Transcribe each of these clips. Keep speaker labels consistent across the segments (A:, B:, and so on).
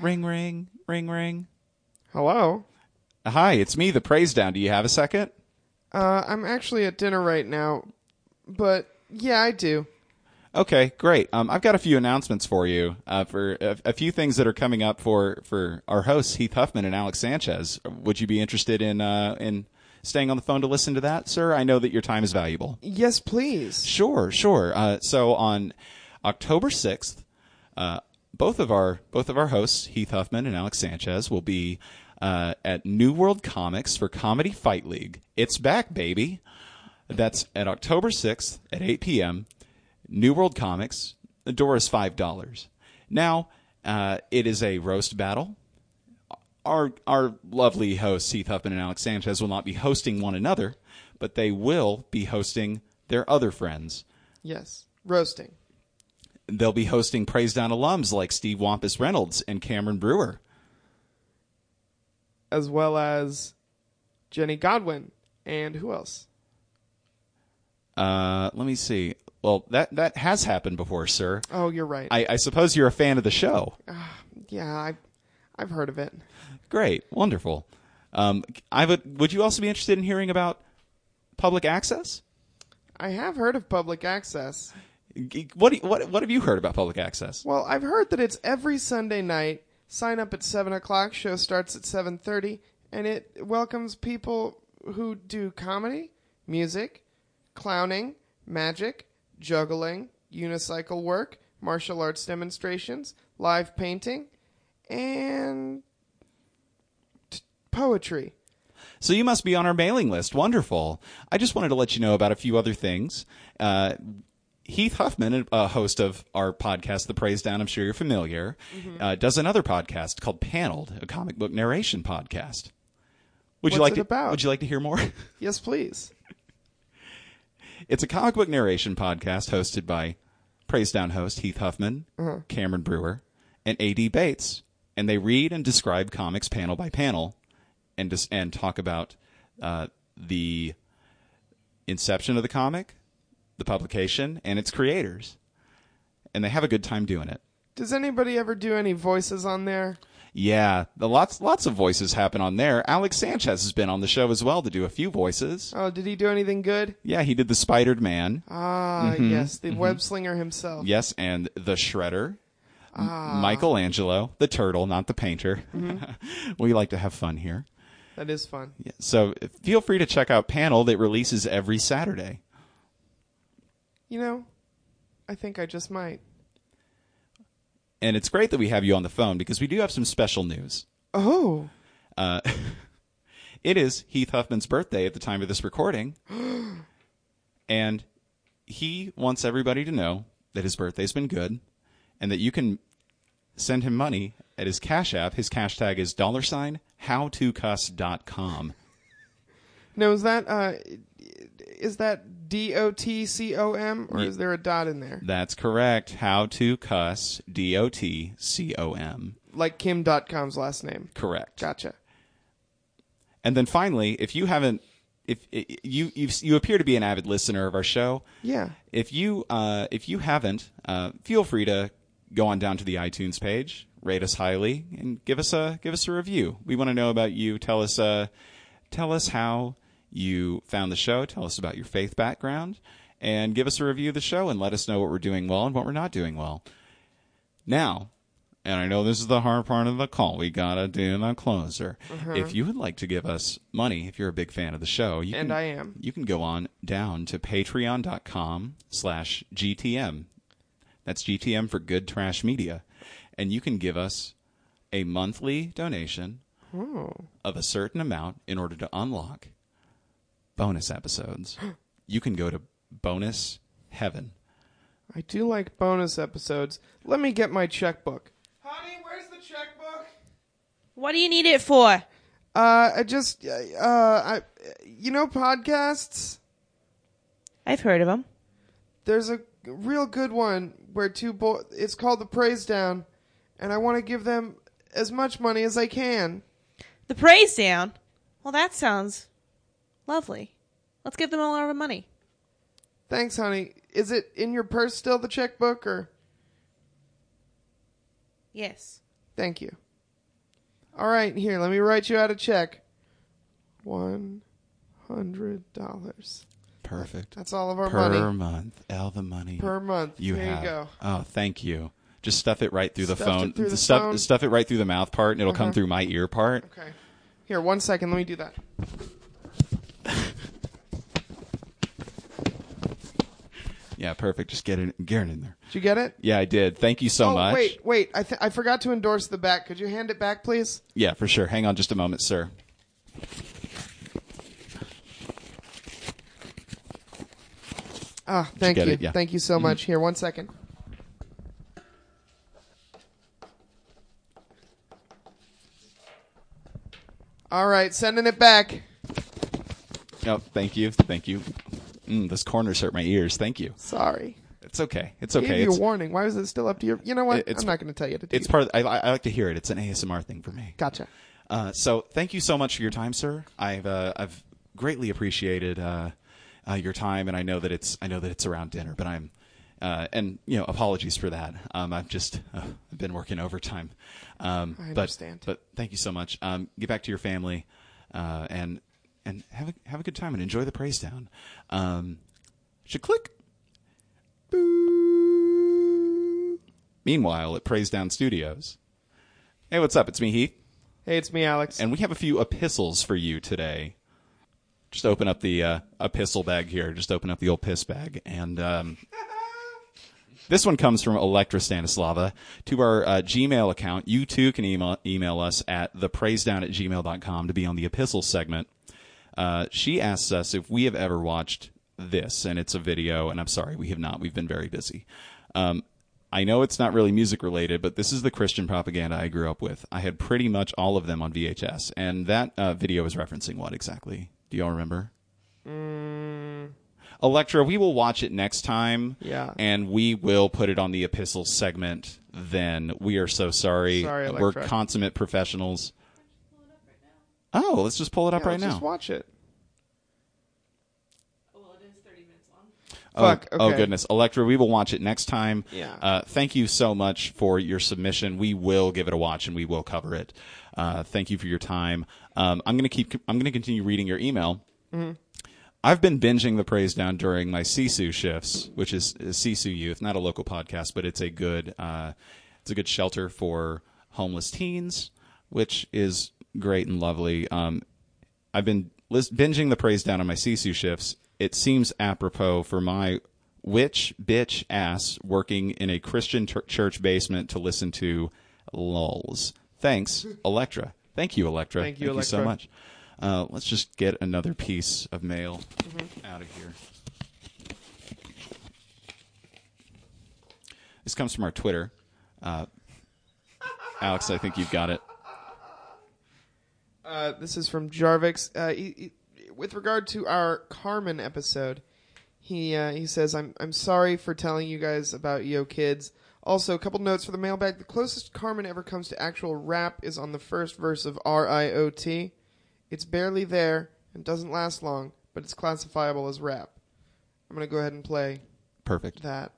A: Ring, ring, ring, ring.
B: Hello.
A: Hi, it's me, the Praise Down. Do you have a second?
B: Uh, I'm actually at dinner right now, but yeah, I do.
A: Okay, great. Um, I've got a few announcements for you uh, for a, a few things that are coming up for, for our hosts Heath Huffman and Alex Sanchez. Would you be interested in uh, in staying on the phone to listen to that, sir? I know that your time is valuable.
B: Yes, please.
A: Sure, sure. Uh, so on October sixth, uh, both of our both of our hosts, Heath Huffman and Alex Sanchez, will be uh, at New World Comics for Comedy Fight League. It's back, baby. That's at October sixth at eight p.m. New World Comics. The door is five dollars. Now uh, it is a roast battle our our lovely hosts Heath Huffman and Alex Sanchez will not be hosting one another, but they will be hosting their other friends.
B: Yes. Roasting.
A: They'll be hosting Praise Down alums like Steve Wampus Reynolds and Cameron Brewer.
B: As well as Jenny Godwin. And who else?
A: Uh, let me see. Well, that that has happened before, sir.
B: Oh, you're right.
A: I, I suppose you're a fan of the show.
B: yeah, I, I've heard of it.
A: Great, wonderful. Um, I would. Would you also be interested in hearing about public access?
B: I have heard of public access.
A: G- What do you- what what have you heard about public access?
B: Well, I've heard that it's every Sunday night. Sign up at seven o'clock. Show starts at seven thirty, and it welcomes people who do comedy, music, clowning, magic, juggling, unicycle work, martial arts demonstrations, live painting, and t- poetry.
A: So you must be on our mailing list. Wonderful. I just wanted to let you know about a few other things. Uh, Heath Huffman, a host of our podcast, The Praise Down, I'm sure you're familiar,
B: Mm-hmm.
A: uh, does another podcast called Paneled, a comic book narration podcast. Would you
B: What's
A: like
B: it
A: to,
B: about?
A: Would you like to hear more?
B: Yes, please.
A: it's a comic book narration podcast hosted by Praise Down host Heath Huffman, Cameron Brewer, and A.D. Bates, and they read and describe comics panel by panel, and dis- and talk about uh, the inception of the comic, the publication, and its creators, and they have a good time doing it.
B: Does anybody ever do any voices on there?
A: Yeah, the lots lots of voices happen on there. Alex Sanchez has been on the show as well to do a few voices.
B: Oh, did he do anything good?
A: Yeah, he did the Spidered Man.
B: Ah, yes, the web slinger himself.
A: Yes, and the Shredder. M- Michelangelo, the turtle, not the painter. we like to have fun here.
B: That is fun.
A: Yeah, So feel free to check out Panel that releases every Saturday.
B: You know, I think I just might.
A: And it's great that we have you on the phone because we do have some special news.
B: Oh,
A: Uh, it is Heath Huffman's birthday at the time of this recording. and he wants everybody to know that his birthday's been good and that you can send him money at his Cash App. His cash tag is dollar sign howtocuss.com.
B: now is that uh, is that D O T C O M or is there a dot in there?
A: That's correct. How to cuss D O T C O M.
B: Like Kim.com's last name.
A: Correct.
B: Gotcha.
A: And then finally, if you haven't, if i- i- you you've, you appear to be an avid listener of our show,
B: Yeah.
A: If you uh, if you haven't, uh, feel free to go on down to the iTunes page, rate us highly, and give us a give us a review. We want to know about you. Tell us uh, tell us how you found the show. Tell us about your faith background, and give us a review of the show and let us know what we're doing well and what we're not doing well. Now, and I know this is the hard part of the call. We gotta do the closer.
B: Mm-hmm.
A: If you would like to give us money, if you're a big fan of the show, you
B: And
A: can,
B: I am.
A: You can go on down to Patreon.com/slash/GTM. That's GTM for Good Trash Media, and you can give us a monthly donation
B: Oh,
A: of a certain amount in order to unlock bonus episodes. you can go to bonus heaven.
B: I do like bonus episodes. Let me get my checkbook. Honey, where's the checkbook?
C: What do you need it for?
B: Uh, I just uh, uh, I, you know, podcasts.
C: I've heard of them.
B: there's a real good one where two boys it's called the praise down and i want to give them as much money as i can
C: The praise down. Well, that sounds lovely. Let's give them all our money.
B: thanks honey is it in your purse still the checkbook or
C: Yes.
B: thank you All right, here, let me write you out a check. One hundred dollars.
A: Perfect.
B: That's all of our
A: per
B: money
A: month. All the money
B: per month.
A: you
B: here
A: have.
B: you go.
A: Oh, thank you. Just stuff it right through the
B: Stuffed it
A: phone.
B: through the
A: stuff
B: phone.
A: stuff it right through the mouth part, and it'll come
B: Uh-huh.
A: through my ear part.
B: Okay. Here, one second. Let me do that.
A: Yeah, perfect. Just get it, get it in there.
B: Did you get it?
A: Yeah, I did. Thank you so
B: oh,
A: much.
B: wait, wait. I th- I forgot to endorse the back. Could you hand it back, please?
A: Yeah, for sure. Hang on just a moment, sir.
B: Ah, thank you.
A: get it? Yeah. Mm-hmm.
B: Thank you so much. Here, one second. All right, sending it back.
A: Oh, thank you. Thank you. Mm, this corner's hurt my ears. Thank you.
B: Sorry.
A: It's okay. It's
B: Gave
A: okay.
B: you a
A: It's,
B: warning. Why was it still up to your? You know what?
A: It- it's-
B: I'm not going to tell you to do.
A: it's
B: that.
A: part of, I, I like to hear it. It's an ASMR thing for me.
B: Gotcha.
A: Uh, so thank you so much for your time, sir. I've uh, I've greatly appreciated uh, uh, your time, and I know that it's I know that it's around dinner, but I'm uh, and you know apologies for that. Um, I've just uh, been working overtime. Um,
B: I
A: but-
B: understand.
A: But, thank you so much. Um, get back to your family, uh, and and have a, have a good time and enjoy the praise down. Um, should click. Boo. Meanwhile, at Praise Down Studios. Hey, what's up? It's me, Heath
B: Hey, it's me, Alex.
A: and we have a few epistles for you today. Just open up the uh, epistle bag here. Just open up the old piss bag, and um, this one comes from Electra Stanislava to our uh, Gmail account. You too can email email us at thepraisedown at gmail to be on the epistle segment. Uh, she asks us if we have ever watched this, and it's a video. And I'm sorry, we have not. We've been very busy. Um, I know it's not really music related, but this is the Christian propaganda I grew up with. I had pretty much all of them on VHS, and that uh, video is referencing what exactly? Do y'all remember? Electra, we will watch it next time.
B: Yeah.
A: And we will put it on the epistle segment then. We are so sorry.
B: Sorry,
A: We're
B: Electra.
A: consummate professionals. Oh, let's just pull it up
B: Yeah,
A: right
B: let's
A: now.
B: Just watch it.
A: Oh,
B: Fuck,
A: Oh,
B: okay.
A: goodness. Electra, we will watch it next time.
B: Yeah.
A: Uh, thank you so much for your submission. We will give it a watch and we will cover it. Uh, thank you for your time. Um, I'm going to keep, I'm going to continue reading your email.
B: Mm-hmm.
A: I've been binging the praise down during my Sisu shifts, which is, is Sisu Youth, not a local podcast, but it's a good uh, it's a good shelter for homeless teens, which is great and lovely. Um, I've been lis- binging the praise down on my Sisu shifts. It seems apropos for my witch bitch ass working in a Christian tur church basement to listen to lulls. Thanks, Electra. Thank you, Electra.
B: Thank you,
A: so
B: Electra.
A: much much. Uh, let's just get another piece of mail
B: Mm-hmm.
A: out of here. This comes from our Twitter. Uh, Alex, I think you've got it.
B: Uh, this is from Jarvix. Uh, he, he- with regard to our Carmen episode, he uh, he says, "I'm I'm sorry for telling you guys about Yo Kids." Also, a couple notes for the mailbag. The closest Carmen ever comes to actual rap is on the first verse of R.I.O.T. It's barely there and doesn't last long, but it's classifiable as rap. I'm gonna go ahead and play
A: Perfect.
B: that.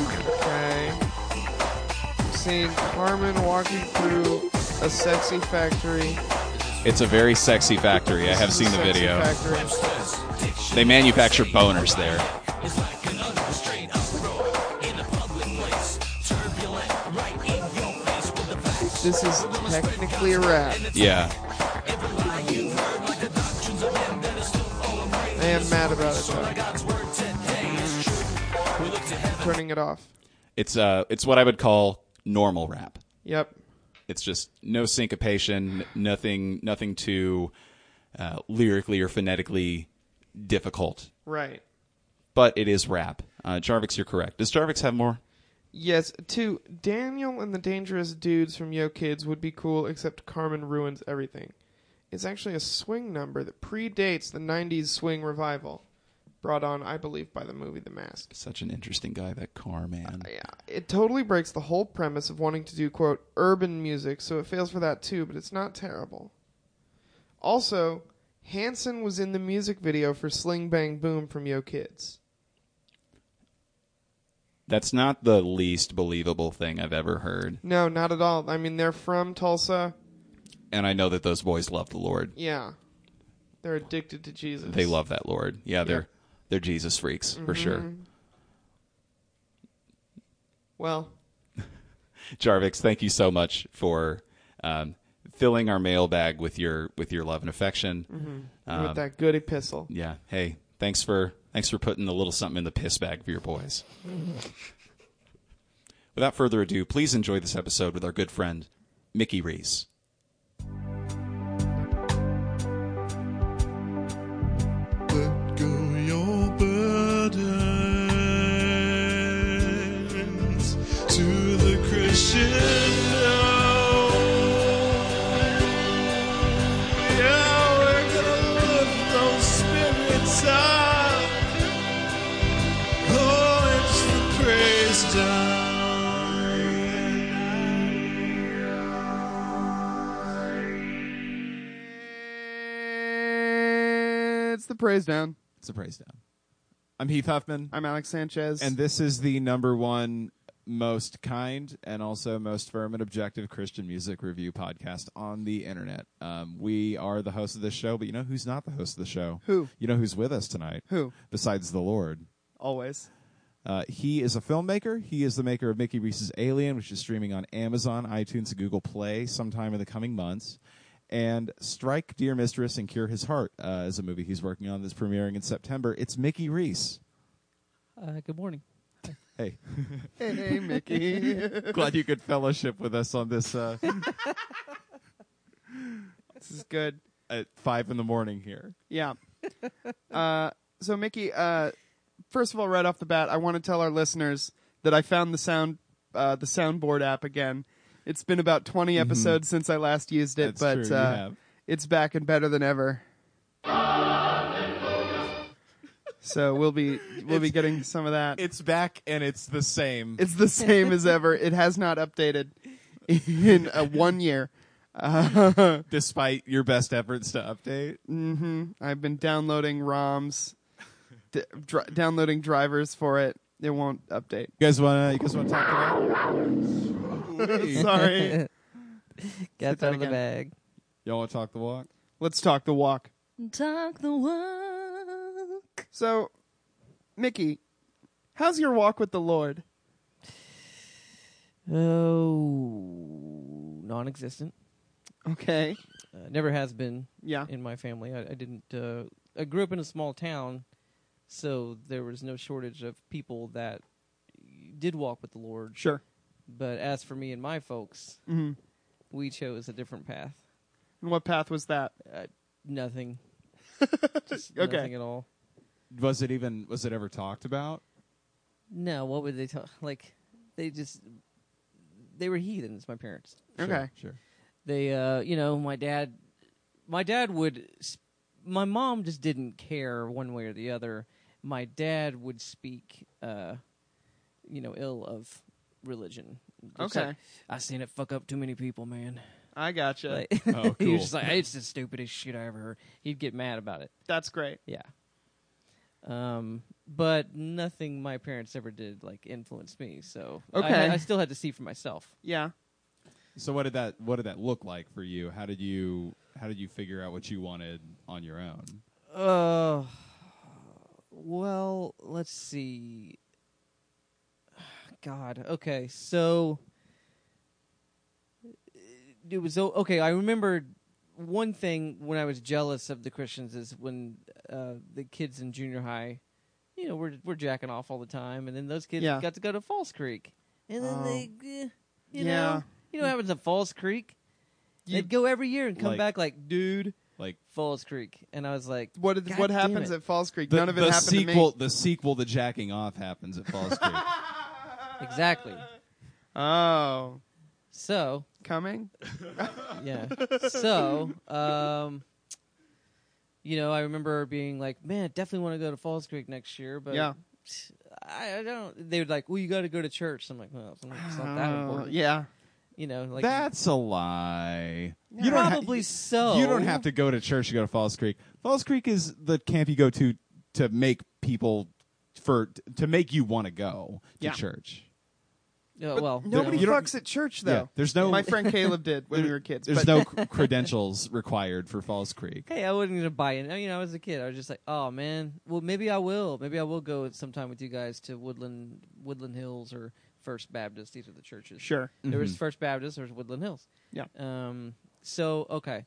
B: Okay. I'm seeing Carmen walking through a sexy factory.
A: It's a very sexy factory. I have seen the
B: Sexy
A: video.
B: Factory.
A: They manufacture boners there.
B: This is technically a rap.
A: Yeah.
B: I am mad about it though. Turning it off.
A: It's uh it's what I would call normal rap.
B: Yep.
A: It's just no syncopation, nothing nothing too uh, lyrically or phonetically difficult.
B: Right.
A: but it is rap. Uh, Jarvix, you're correct. Does Jarvix have more?
B: Yes, two. Daniel and the Dangerous Dudes from Yo Kids would be cool, except Carmen ruins everything. It's actually a swing number that predates the 90s swing revival, brought on, I believe, by the movie The Mask.
A: Such an interesting guy, that car man.
B: Yeah, it totally breaks the whole premise of wanting to do, quote, urban music, so it fails for that too, but it's not terrible. Also,
D: Hanson was in the music video for Sling Bang Boom from Yo Kids.
E: That's not the least believable thing I've ever heard.
D: No, not at all. I mean, they're from Tulsa.
E: And I know that those boys love the Lord.
D: Yeah. They're addicted to Jesus.
E: They love that Lord. Yeah, they're they're Jesus freaks for sure.
D: Well,
E: Jarvix, thank you so much for um, filling our mailbag with your with your love and affection.
D: with that good epistle.
E: Yeah. Hey, thanks for thanks for putting a little something in the piss bag for your boys. Without further ado, please enjoy this episode with our good friend Mickey Reese.
F: Let go your burdens to the Christian. now. Yeah, we're gonna lift those spirits up. Oh, it's the praise time.
B: It's the praise down.
E: It's a praise down. I'm Heath Huffman,
B: I'm Alex Sanchez.
A: And this is the number one most kind and also most firm and objective Christian music review podcast on the internet. Um, we are the host of this show, but you know who's not the host of the show?
B: Who?
A: You know who's with us tonight?
B: Who?
A: Besides the Lord.
B: always.
A: Uh, he is a filmmaker. He is the maker of Mickey Reese's Alien, which is streaming on Amazon, iTunes, and Google Play sometime in the coming months. And Strike Dear Mistress and Cure His Heart uh, is a movie he's working on that's premiering in September. It's Mickey Reese.
G: Uh, good morning.
A: Hey.
B: Hey, Mickey.
A: Glad you could fellowship with us on this uh,
B: this is good.
A: at five in the morning here.
B: Yeah. Uh, so, Mickey, uh, first of all, right off the bat, I want to tell our listeners that I found the sound uh, the soundboard app again. It's been about 20 episodes since I last used it,
A: Mm-hmm. That's true,
B: but
A: you
B: uh,
A: have.
B: it's back and better than ever. so we'll be we'll be getting some of that.
A: It's back and it's the same.
B: It's the same as ever. It has not updated in uh, one year. Uh,
A: despite your best efforts to update.
B: I've been downloading ROMs, d- dr- downloading drivers for it. It won't update.
A: You guys wanna you guys wanna talk about
B: Sorry.
G: Get
B: that
G: out of the bag.
A: Y'all wanna talk the walk?
B: Let's talk the walk.
G: Talk the walk.
B: So, Mickey, how's your walk with the Lord?
G: Oh, non-existent.
B: Okay.
G: Uh, never has been
B: Yeah.
G: in my family. I, I didn't. Uh, I grew up in a small town, so there was no shortage of people that did walk with the Lord.
B: Sure.
G: But as for me and my folks, we chose a different path.
B: And what path was that?
G: Uh, nothing. Just
B: Okay.
G: nothing at all.
A: Was it even was it ever talked about?
G: No, what would they tell? Like, they just they were heathens. My parents.
B: Okay.
A: Sure. sure.
G: they uh you know my dad my dad would sp- my mom just didn't care one way or the other my dad would speak uh you know ill of religion Just
B: Okay.
G: like, i seen it fuck up too many people man
B: I gotcha.
G: like
A: Oh,
G: he
A: cool.
G: was just like it's the stupidest shit i ever heard he'd get mad about it
B: That's great.
G: yeah um but nothing my parents ever did like influenced me so I-
B: Okay.
G: I still had to see for myself
B: Yeah.
A: So what did that what did that look like for you? How did you how did you figure out what you wanted on your own?
G: Uh, well, let's see. God, okay, so uh, it was o- okay. I remember one thing when I was jealous of the Christians is when uh, the kids in junior high, you know, we're we're jacking off all the time, and then those kids
B: Yeah.
G: got to go to Falls Creek, and then
B: Oh.
G: they, eh,
B: Yeah.
G: you know, you know what happens at Falls Creek? They'd go every year and come
A: Like-
G: back like, dude,
A: Like
G: Falls Creek, and I was like,
B: What did,
G: God
B: what
G: damn
B: happens
G: it.
B: at Falls Creek?
A: the,
B: None of it
A: the
B: happened
A: sequel
B: to me.
A: the sequel to jacking off happens at Falls Creek.
G: Exactly.
B: Oh.
G: So,
B: Coming?
G: yeah. so, um, you know, I remember being like, man, I definitely want to go to Falls Creek next year, but
B: Yeah.
G: I, I don't. They were like, well, you got to go to church. I'm like, well, it's not, it's not that
B: Oh,
G: important.
B: yeah.
G: You know, like
A: That's a lie. You don't ha-
G: Probably so.
A: You
B: Oh.
A: don't have to go to church to go to Falls Creek. Falls Creek is the camp you go to to make people for to make you want to go to
B: Yeah.
A: church.
G: Uh, well,
B: Nobody
G: you know,
B: fucks at church though.
A: Yeah, there's no-
B: My friend Caleb did when we were kids.
A: There's
B: but
A: no c- credentials required for Falls Creek.
G: Hey, I wasn't gonna buy it. You know, as a kid, I was just like, "Oh man, well maybe I will. Maybe I will go sometime with you guys to Woodland, Woodland Hills, or First Baptist. These are the churches.
B: Sure. Mm-hmm.
G: There was First Baptist, there was Woodland Hills.
B: Yeah.
G: Um. So okay,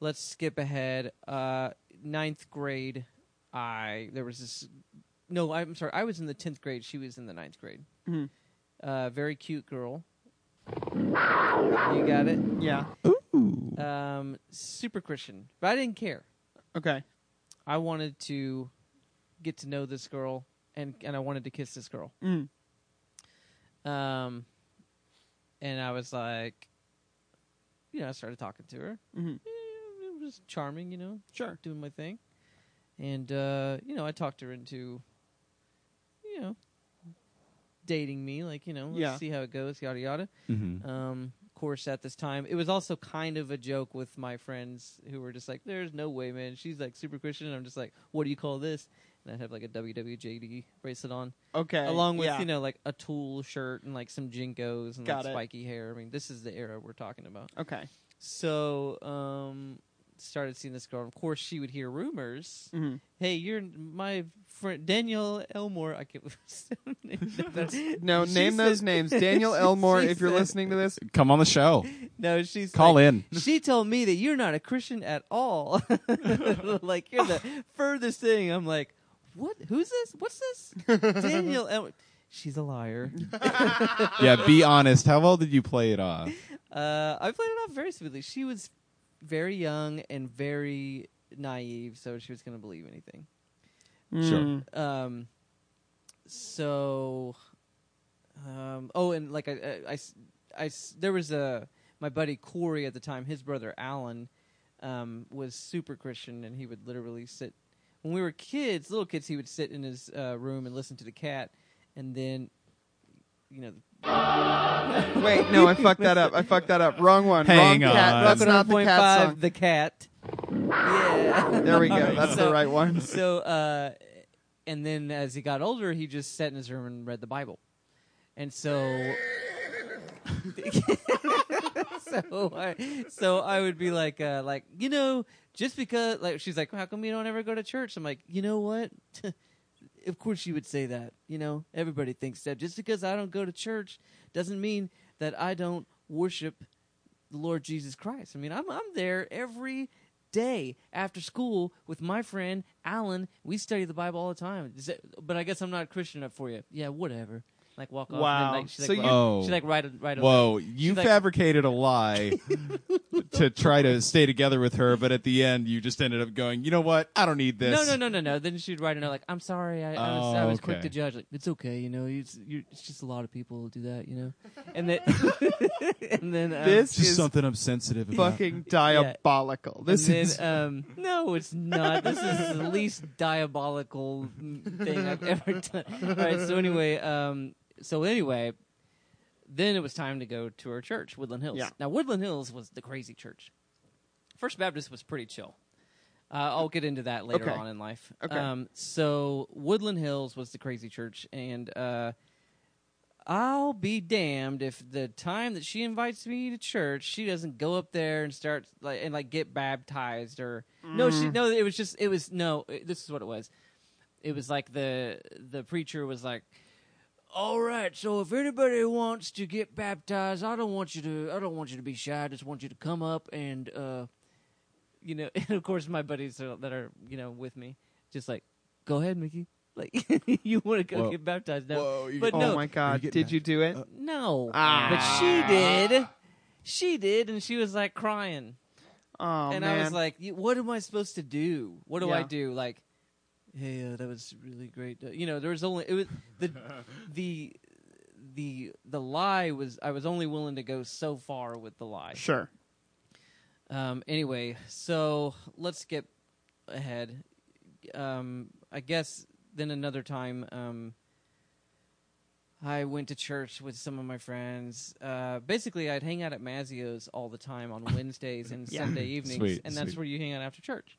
G: let's skip ahead. Uh, ninth grade, I there was this. No, I'm sorry. I was in the tenth grade. She was in the ninth grade.
B: Mm-hmm.
G: Uh, very cute girl. You got it.
B: Yeah.
G: Um, super Christian, but I didn't care.
B: Okay.
G: I wanted to get to know this girl and and I wanted to kiss this girl.
B: Mm.
G: Um and I was like you know, I started talking to her.
B: Mhm.
G: Eh, It was charming, you know,
B: Sure.
G: doing my thing. And uh, you know, I talked her into you know dating me, like, you know, let's
B: Yeah.
G: see how it goes, yada yada.
E: Mm-hmm.
G: Um, of course, at this time, it was also kind of a joke with my friends who were just like, "There's no way, man. She's like super Christian." And I'm just like, "What do you call this?" And I'd have like a WWJD bracelet on,
B: Okay.
G: along with
B: Uh, yeah.
G: you know like a Tool shirt and like some jinkos and
B: Got
G: like
B: it.
G: spiky hair. I mean, this is the era we're talking about.
B: Okay.
G: So, um, started seeing this girl. Of course, she would hear rumors.
B: Mhm.
G: Hey, you're my friend Daniel Elmore. I can't.
B: No,
G: She
B: name those
G: said-
B: names. Daniel Elmore,
G: She
B: if you're
G: said-
B: listening to this.
A: Come on the show.
G: No, she's
A: Call
G: like,
A: in.
G: She told me that you're not a Christian at all. like you're the furthest thing. I'm like, what? Who's this? What's this? Daniel. El- She's a liar.
A: yeah, be honest. How well did you play it off?
G: Uh, I played it off very smoothly. She was very young and very naive, so she was going to believe anything.
B: Mm.
G: Um, so, um, oh, and like I, I- I s- I s- there was a my buddy Corey at the time. His brother Alan um, was super Christian, and he would literally sit when we were kids, little kids. He would sit in his uh, room and listen to the cat, and then, you know,
B: Wait, no, I fucked that up. I fucked that up. Wrong one.
A: Hang
B: Wrong
A: on.
B: cat. That's not the
G: point
B: cat
G: five,
B: song.
G: the cat. Yeah.
B: There we go. That's the
G: So-
B: right one.
G: so uh and then as he got older he just sat in his room and read the bible and so so I, so I would be like uh like you know just because like she's like how come you don't ever go to church I'm like you know what of course you would say that you know everybody thinks that just because I don't go to church doesn't mean that I don't worship the Lord Jesus Christ. I mean, I'm I'm there every day after school with my friend Alan. We study the Bible all the time. Is that- but I guess I'm not Christian enough for you. Yeah, whatever. Like walk off.
B: Wow.
G: And then, like, she, like,
B: So you-
G: write-
A: Oh.
G: she like write a write a
A: Whoa, you
G: She's like-
A: fabricated a lie to try to stay together with her, but at the end you just ended up going, you know what? I don't need this.
G: No, no, no, no, no. Then she'd write a note like, "I'm sorry, I, I was, I
A: Oh,
G: was quick
A: okay.
G: to judge. Like, it's okay, you know. It's, you it's just a lot of people do that, you know." And then, and then um,
B: This
A: Just
B: is
A: something I'm sensitive about.
B: fucking diabolical. This
G: and
A: uh,
B: is.
G: then, um, no, it's not. This is the least diabolical thing I've ever done. All right. So anyway, um, so anyway, then it was time to go to our church, Woodland Hills.
B: Yeah.
G: Now Woodland Hills was the crazy church. First Baptist was pretty chill. Uh, I'll get into that later
B: Okay.
G: on in life.
B: Okay.
G: Um, so Woodland Hills was the crazy church, and uh, I'll be damned if the time that she invites me to church, she doesn't go up there and start like and like get baptized or no, she no, it was just it was no, it- this is what it was. It was like the the preacher was like, all right, so if anybody wants to get baptized, I don't want you to. I don't want you to be shy. I just want you to come up and, uh, you know, and of course my buddies are, that are you know with me, just like, go ahead, Mickey. Like you want to go
A: Whoa.
G: get baptized now?
A: Whoa, you-
G: but
B: oh
G: no,
B: my god!
A: Are you getting
B: Did
A: Uh,
B: you do it?
G: no.
B: Ah.
G: But she did. She did, and she was like crying,
B: oh
G: and
B: man!
G: I was like, "You- "What am I supposed to do? What do I
B: Yeah.
G: do?" Like, hey, uh, that was really great. Uh, You know, there was only it was the the the the lie was I was only willing to go so far with the lie.
B: sure.
G: Um, anyway, so let's get ahead. Um, I guess then another time. Um, I went to church with some of my friends. Uh, basically, I'd hang out at Mazio's all the time on Wednesdays and Sunday evenings,
E: Sweet,
G: and that's
E: sweet.
G: where you hang out after church.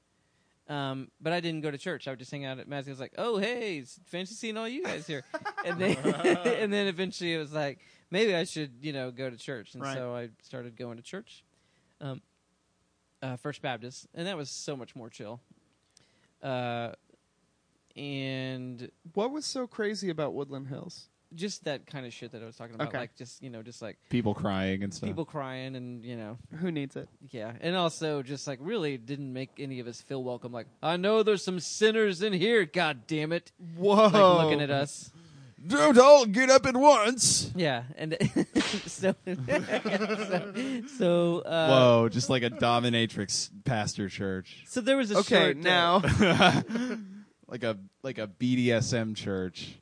G: Um, but I didn't go to church. I would just hang out at Mazio's, like, oh hey, it's fancy seeing all you guys here. and then, and then eventually, it was like, maybe I should, you know, go to church. And
B: Right.
G: so I started going to church, um, uh, First Baptist, and that was so much more chill. Uh, and
B: What was so crazy about Woodland Hills?
G: just that kind of shit that I was talking about,
B: Okay. Uh-huh.
G: like just you know, just like
E: People crying and stuff.
G: people crying and you know,
B: Who needs it?
G: yeah, and also just like really didn't make any of us feel welcome. Like I know there's some sinners in here, god damn it,
B: Whoa!
G: like
B: Oh.
G: looking at us,
A: Don't all get up at once.
G: yeah, and so so, so, uh,
E: Whoa, just like a dominatrix pastor church,
G: so there was a
B: Okay,
G: short, uh,
B: now
E: like a like a BDSM church.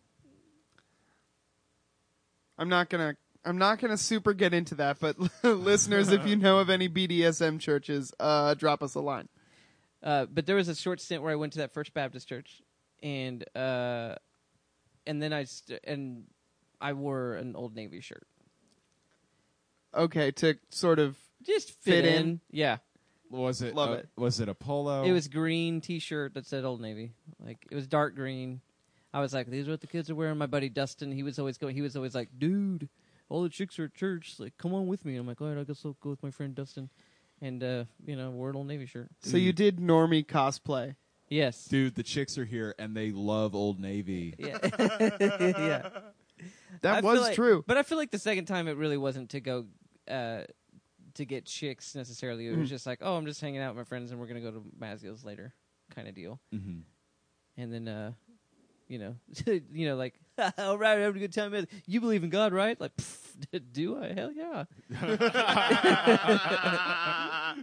B: I'm not gonna I'm not gonna super get into that, but listeners, if you know of any BDSM churches, uh, drop us a line.
G: Uh, but there was a short stint where I went to that First Baptist Church, and uh, and then I st- and I wore an old navy shirt.
B: Okay, to sort of
G: Just
B: Fit
G: fit,
B: in.
G: in, yeah.
A: Was it?
B: Love
A: uh,
B: it.
A: Was it a polo?
G: It was green T-shirt that said Old Navy. Like it was dark green. I was like, these are what the kids are wearing. My buddy Dustin, he was always going. He was always like, dude, all the chicks are at church. Like, come on with me. I'm like, all right, I guess I'll go with my friend Dustin, and uh, you know, wore an Old Navy shirt.
B: so you did normie cosplay.
G: Yes.
A: Dude, the chicks are here and they love Old Navy.
G: Yeah. yeah.
B: That
G: I feel
B: was
G: like-
B: true.
G: But I feel like the second time it really wasn't to go uh, to get chicks necessarily. It was
B: Mm.
G: just like, oh, I'm just hanging out with my friends and we're gonna go to Mazio's later, kind of deal.
A: Mhm.
G: And then, uh, you know, you know, like, all right, we're having a good time. Maz- You believe in God, right? Like, pff, do I? Hell yeah. of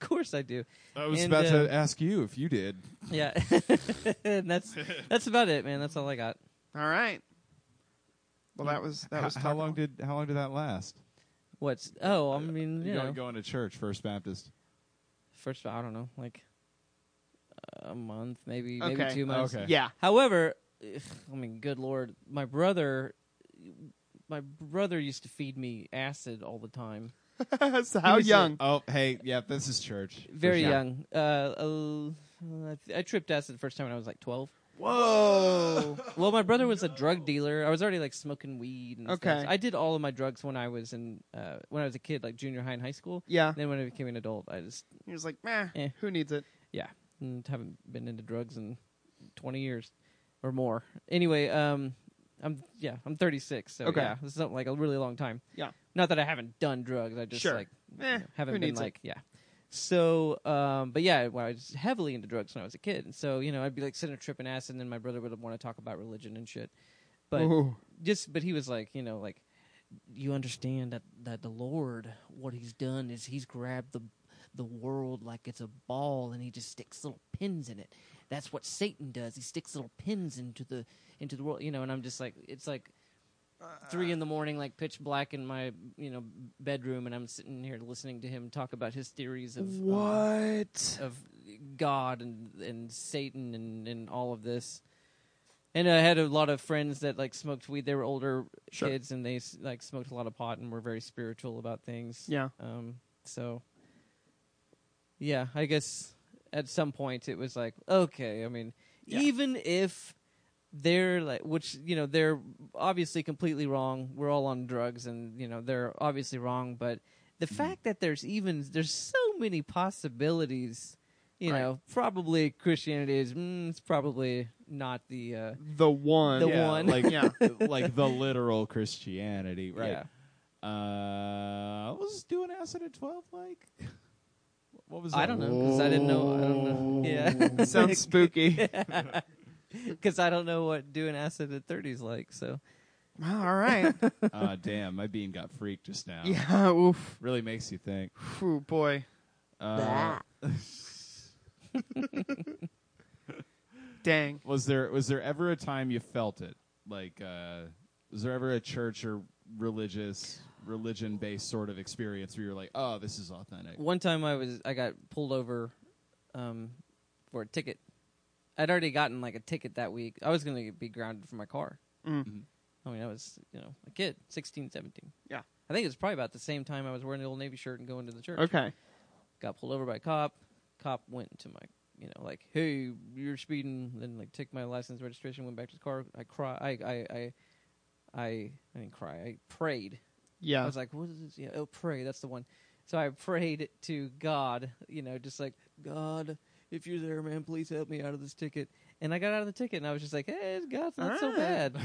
G: course I do.
A: I was
G: And,
A: about
G: uh,
A: to ask you if you did.
G: Yeah, and that's that's about it, man. That's all I got.
B: All right. Well, that was that
A: How-
B: was
A: how,
B: talk-
A: long did how long did that last?
G: What's oh, I mean, you
A: Going,
G: know,
A: going to church, First Baptist.
G: first I don't know, like a month, maybe,
B: Okay.
G: maybe two months.
A: Okay.
B: Yeah.
G: However, ugh, I mean, good lord, my brother, my brother used to feed me acid all the time.
B: so how
G: was a- uh,
B: young?
A: Oh, hey, yeah, this is church.
G: Very
A: For sure.
G: young. Uh, uh, I th- I tripped acid the first time when I was like twelve.
B: Whoa.
G: Well, my brother was a drug dealer. I was already like smoking weed. And stuff.
B: Okay.
G: So I did all of my drugs when I was in uh, when I was a kid, like junior high and high school.
B: yeah.
G: Then when I became an adult, I just
B: He was like, meh,
G: Eh.
B: who needs it?
G: yeah and haven't been into drugs in 20 years or more anyway um i'm yeah i'm 36 so
B: Okay.
G: yeah this is something like a really long time
B: Yeah.
G: not that i haven't done drugs i just
B: Sure.
G: like
B: Eh,
G: you know, haven't
B: who
G: been
B: needs it?
G: like yeah so um but yeah well, i was heavily into drugs when i was a kid and so you know i'd be like sitting tripping acid and then my brother would want to talk about religion and shit but
B: Ooh.
G: just but he was like you know like you understand that that the lord what he's done is he's grabbed the the world like it's a ball and he just sticks little pins in it that's what satan does he sticks little pins into the into the world you know and i'm just like it's like three in the morning like pitch black in my you know bedroom and i'm sitting here listening to him talk about his theories of um,
B: What?
G: of God and and Satan and, and all of this. And I had a lot of friends that like smoked weed. They were older
B: Sure.
G: kids and they s- like smoked a lot of pot and were very spiritual about things.
B: Yeah.
G: Um. So. Yeah, I guess at some point it was like, okay. I mean,
B: Yeah.
G: even if they're like, which you know, they're obviously completely wrong. We're all on drugs, and you know, they're obviously wrong. But the
B: Mm-hmm.
G: fact that there's even there's so many possibilities. You
B: Right.
G: know, probably Christianity is mm, it's probably not the uh,
B: The one.
G: The
A: Yeah,
G: one.
A: like
B: Yeah.
A: like the literal Christianity,
G: Yeah.
A: right? Uh, what was doing acid at twelve like? What was
G: I
A: that?
G: don't know because I didn't know. I don't know. Yeah,
B: Sounds spooky.
G: because I don't know what doing acid at 30 is like. So
B: All right.
A: Ah, damn, my bean got freaked just now.
B: Yeah. Oof.
A: really makes you think.
B: Ooh, boy.
A: Uh,
B: Dang.
A: was there was there ever a time you felt it? Like, uh, was there ever a church or religious religion based sort of experience where you're like, oh, this is authentic?
G: one time I was I got pulled over um, for a ticket. I'd already gotten like a ticket that week. I was going to be grounded for my car.
B: Mm.
G: I mean, I was, you know, a kid, 16, 17.
B: Yeah.
G: I think it was probably about the same time I was wearing the old Navy shirt and going to the church.
B: Okay.
G: Got pulled over by a cop. Cop went to my, you know, like, hey, you're speeding. Then like took my license, registration, went back to the car. I cry. I, I, I, I, I didn't cry. I prayed. I
B: Yeah.
G: was like, what is this? Yeah, oh, pray. That's the one. So I prayed to God, you know, just like, God, if you're there, man, please help me out of this ticket. And I got out of the ticket and I was just like, hey, God's not so
B: Alright.
G: bad.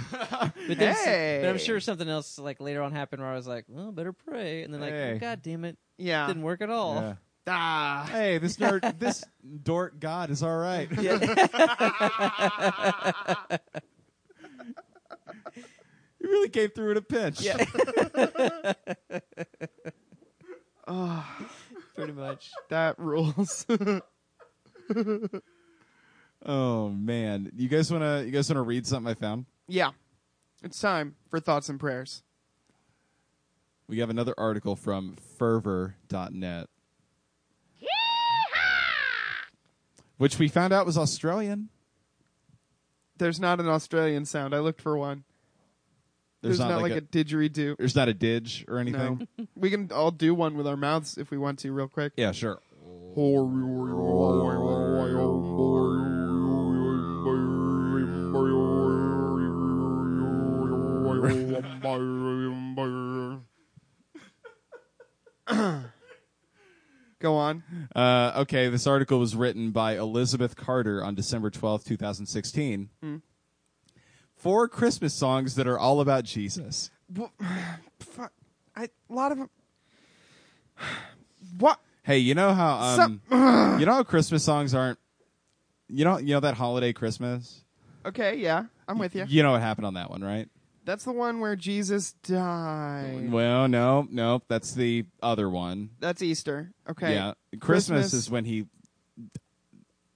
G: but, then,
B: Hey.
G: but I'm sure something else like later on happened where I was like, well, better pray. And then like,
A: Hey.
G: God damn it.
B: yeah.
G: Didn't work at all.
A: Yeah.
B: Ah.
A: Hey, this nerd, this dork god is all right. you really came through in a pinch. Yeah.
G: Pretty much.
B: That rules.
A: Oh man, you guys wanna you guys wanna read something I found?
B: yeah. It's time for thoughts and prayers.
A: We have another article from fervor.net. Which we found out was Australian.
B: There's not an Australian sound. I looked for one. There's, not, like, a, didgeridoo.
A: there's not a didge or
B: No.
A: anything.
B: we can all do one with our mouths if we want to, real quick.
A: Yeah, sure.
B: Go on.
A: Uh, okay, this article was written by Elizabeth Carter on December twelfth, two 2016.
B: Hmm.
A: Four Christmas songs that are all about Jesus.
B: Fuck. I, a lot of them. What?
A: Hey, you know how um, you know how Christmas songs aren't you know you know that holiday Christmas?
B: Okay, yeah, I'm with you.
A: You know what happened on that one, right?
B: That's the one where Jesus died.
A: Well, no, no, that's the other one.
B: That's Easter. Okay.
A: Yeah, Christmas,
B: Christmas-
A: is when he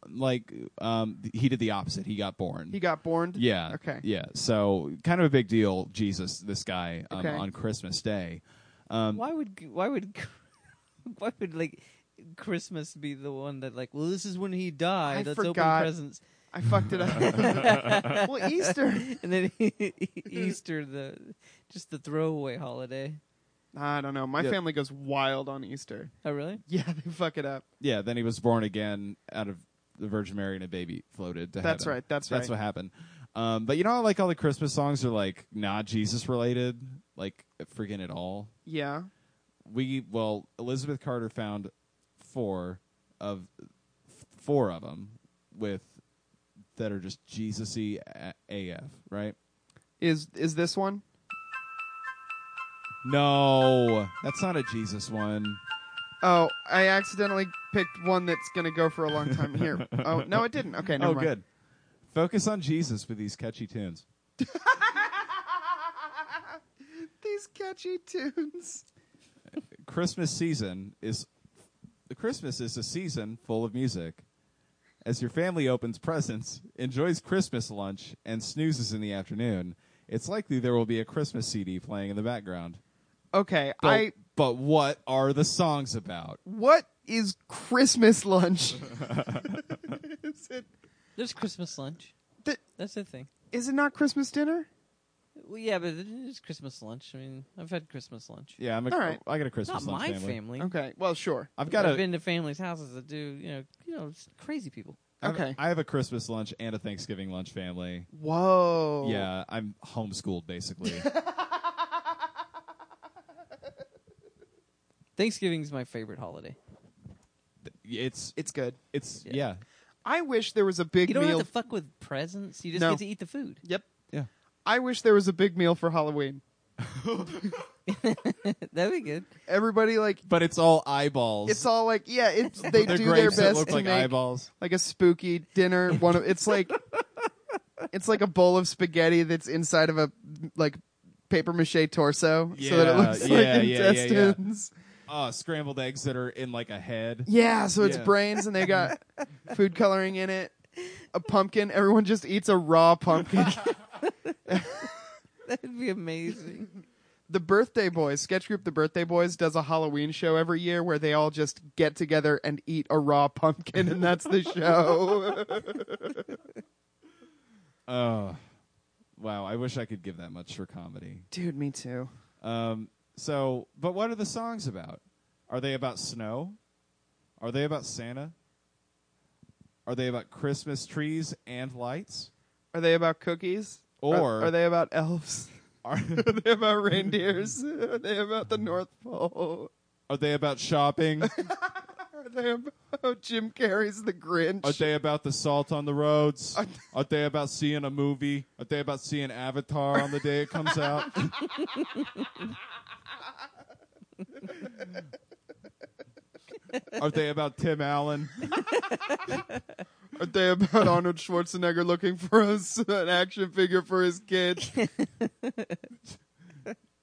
A: like um he did the opposite. He got born.
B: He got born.
A: yeah.
B: Okay.
A: Yeah. So kind of a big deal. Jesus, this guy um,
B: Okay.
A: on Christmas Day.
G: why would, why would, why would like Christmas be the one that like, well, this is when he died.
B: I
G: Let's
B: forgot.
G: open presents.
B: I fucked it up. well, Easter.
G: and then Easter, the just the throwaway holiday.
B: I don't know. My
A: Yeah.
B: family goes wild on Easter.
G: Oh, really?
B: Yeah, they fuck it up.
A: Yeah. Then he was born again out of the Virgin Mary, and a baby floated to
B: That's
A: heaven.
B: right, that's
A: That's
B: right.
A: what happened. Um, but you know, how, like all the Christmas songs are like not Jesus related, like freaking at all.
B: Yeah.
A: we well Elizabeth Carter found four of four of them with that are just Jesus-y a- AF, right?
B: Is is this one?
A: No, that's not a Jesus one.
B: Oh, I accidentally picked one that's gonna go for a long time here. Oh no, it didn't. Okay, never
A: oh,
B: mind.
A: good. Focus on Jesus with these catchy tunes.
B: These catchy tunes.
A: Christmas season is the Christmas is a season full of music. As your family opens presents, enjoys Christmas lunch, and snoozes in the afternoon, it's likely there will be a Christmas CD playing in the background.
B: Okay,
A: But,
B: I.
A: but what are the songs about?
B: What is Christmas lunch? is it?
G: There's Christmas lunch.
B: Th-
G: That's the thing.
B: is it not Christmas dinner?
G: Well, yeah, but it's Christmas lunch. I mean, I've had Christmas lunch.
A: Yeah, I'm a,
B: All right.
A: I got a
G: Not
A: Christmas lunch
G: my
A: family.
G: family.
B: Okay, well, sure.
A: I've got a
G: I've been to families' houses that do, you know, you know, s- crazy people.
A: I've-
B: Okay.
A: I have a Christmas lunch and a Thanksgiving lunch family.
B: Whoa.
A: Yeah, I'm homeschooled basically.
G: Thanksgiving's my favorite holiday.
A: it's
B: It's good.
A: it's yeah.
B: I wish there was a big
G: You don't
B: meal.
G: have to fuck with presents. You just
B: No.
G: get to eat the food.
B: yep.
A: Yeah.
B: I wish there was a big meal for Halloween.
G: That'd be good.
B: Everybody like
A: But it's all eyeballs.
B: it's all like yeah, it's they
A: They're
B: do their
A: grapes that
B: best
A: look
B: to
A: like
B: make
A: eyeballs.
B: like a spooky dinner. One of it's like it's like a bowl of spaghetti that's inside of a like paper mache torso, so that it
A: Yeah,
B: looks
A: yeah,
B: like
A: yeah, yeah, yeah.
B: intestines.
A: Uh, scrambled eggs that are in like a head.
B: Yeah, so it's
A: Yeah.
B: brains and they got food coloring in it. A pumpkin. Everyone just eats a raw pumpkin.
G: That'd be amazing.
B: the Birthday Boys sketch group. The Birthday Boys does a Halloween show every year where they all just get together and eat a raw pumpkin, and that's the show.
A: Oh. wow, I wish I could give that much for comedy.
B: Dude, me too.
A: Um, so, but what are the songs about? Are they about snow? Are they about Santa? Are they about Christmas trees and lights?
B: Are they about cookies? Are-
A: Or-
B: are, they about elves?
A: Are,
B: Are they about reindeers? Are they about the North Pole?
A: are they about shopping?
B: Are they about Jim Carrey's The Grinch?
A: Are they about the salt on the roads? Are they about seeing a movie? Are they about seeing Avatar on the day it comes out? Are they about Tim Allen?
B: Are they about Arnold Schwarzenegger looking for us an action figure for his kid?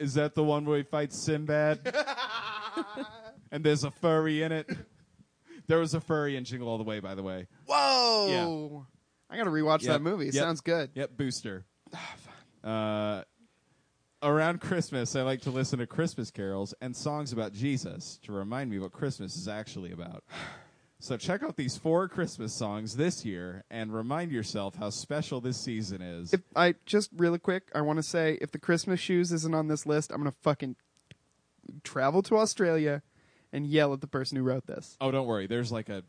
A: Is that the one where he fights Sinbad? and there's a furry in it. There was a furry in Jingle All the Way, by the way.
B: Whoa! I gotta rewatch
A: Yep,
B: that movie.
A: yep.
B: Sounds good.
A: Yep, Booster.
B: Ah,
A: Uh, around Christmas, I like to listen to Christmas carols and songs about Jesus to remind me what Christmas is actually about. So check out these four Christmas songs this year and remind yourself how special this season is.
B: If I just really quick, I want to say if the Christmas shoes isn't on this list, I'm gonna fucking travel to Australia and yell at the person who wrote this.
A: oh, don't worry. There's like a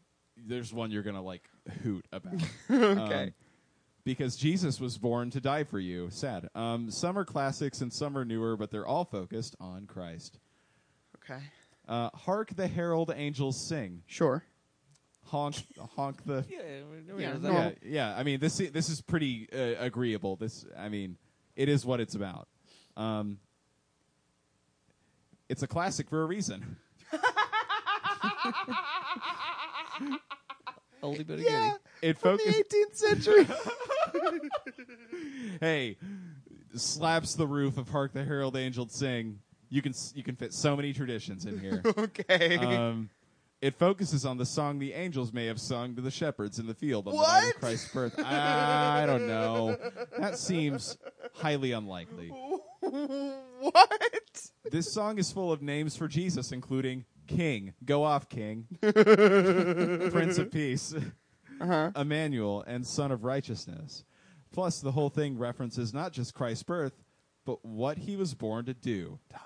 A: there's one you're gonna like hoot about.
B: okay.
A: Um, because Jesus was born to die for you. Sad. Um, some are classics and some are newer, but they're all focused on Christ.
B: okay.
A: Uh, Hark the herald angels sing.
B: Sure.
A: honk honk the
G: Yeah,
B: Yeah,
G: that.
B: no.
A: yeah, yeah i mean this i- this is pretty uh, agreeable this i mean it is what it's about um it's a classic for a reason
G: oldie but a
B: Yeah.
G: goodie.
A: it
B: From the
A: focuses
B: 18th century.
A: hey slaps the roof of hark the herald angels sing you can s- you can fit so many traditions in here
B: okay.
A: um it focuses on the song the angels may have sung to the shepherds in the field on the night
B: What?
A: of Christ's birth. I don't know. That seems highly unlikely.
B: what?
A: This song is full of names for Jesus, including King, Go Off King, Prince of Peace,
B: Uh-huh.
A: Emmanuel, and Son of Righteousness. Plus, the whole thing references not just Christ's birth, but what he was born to do die.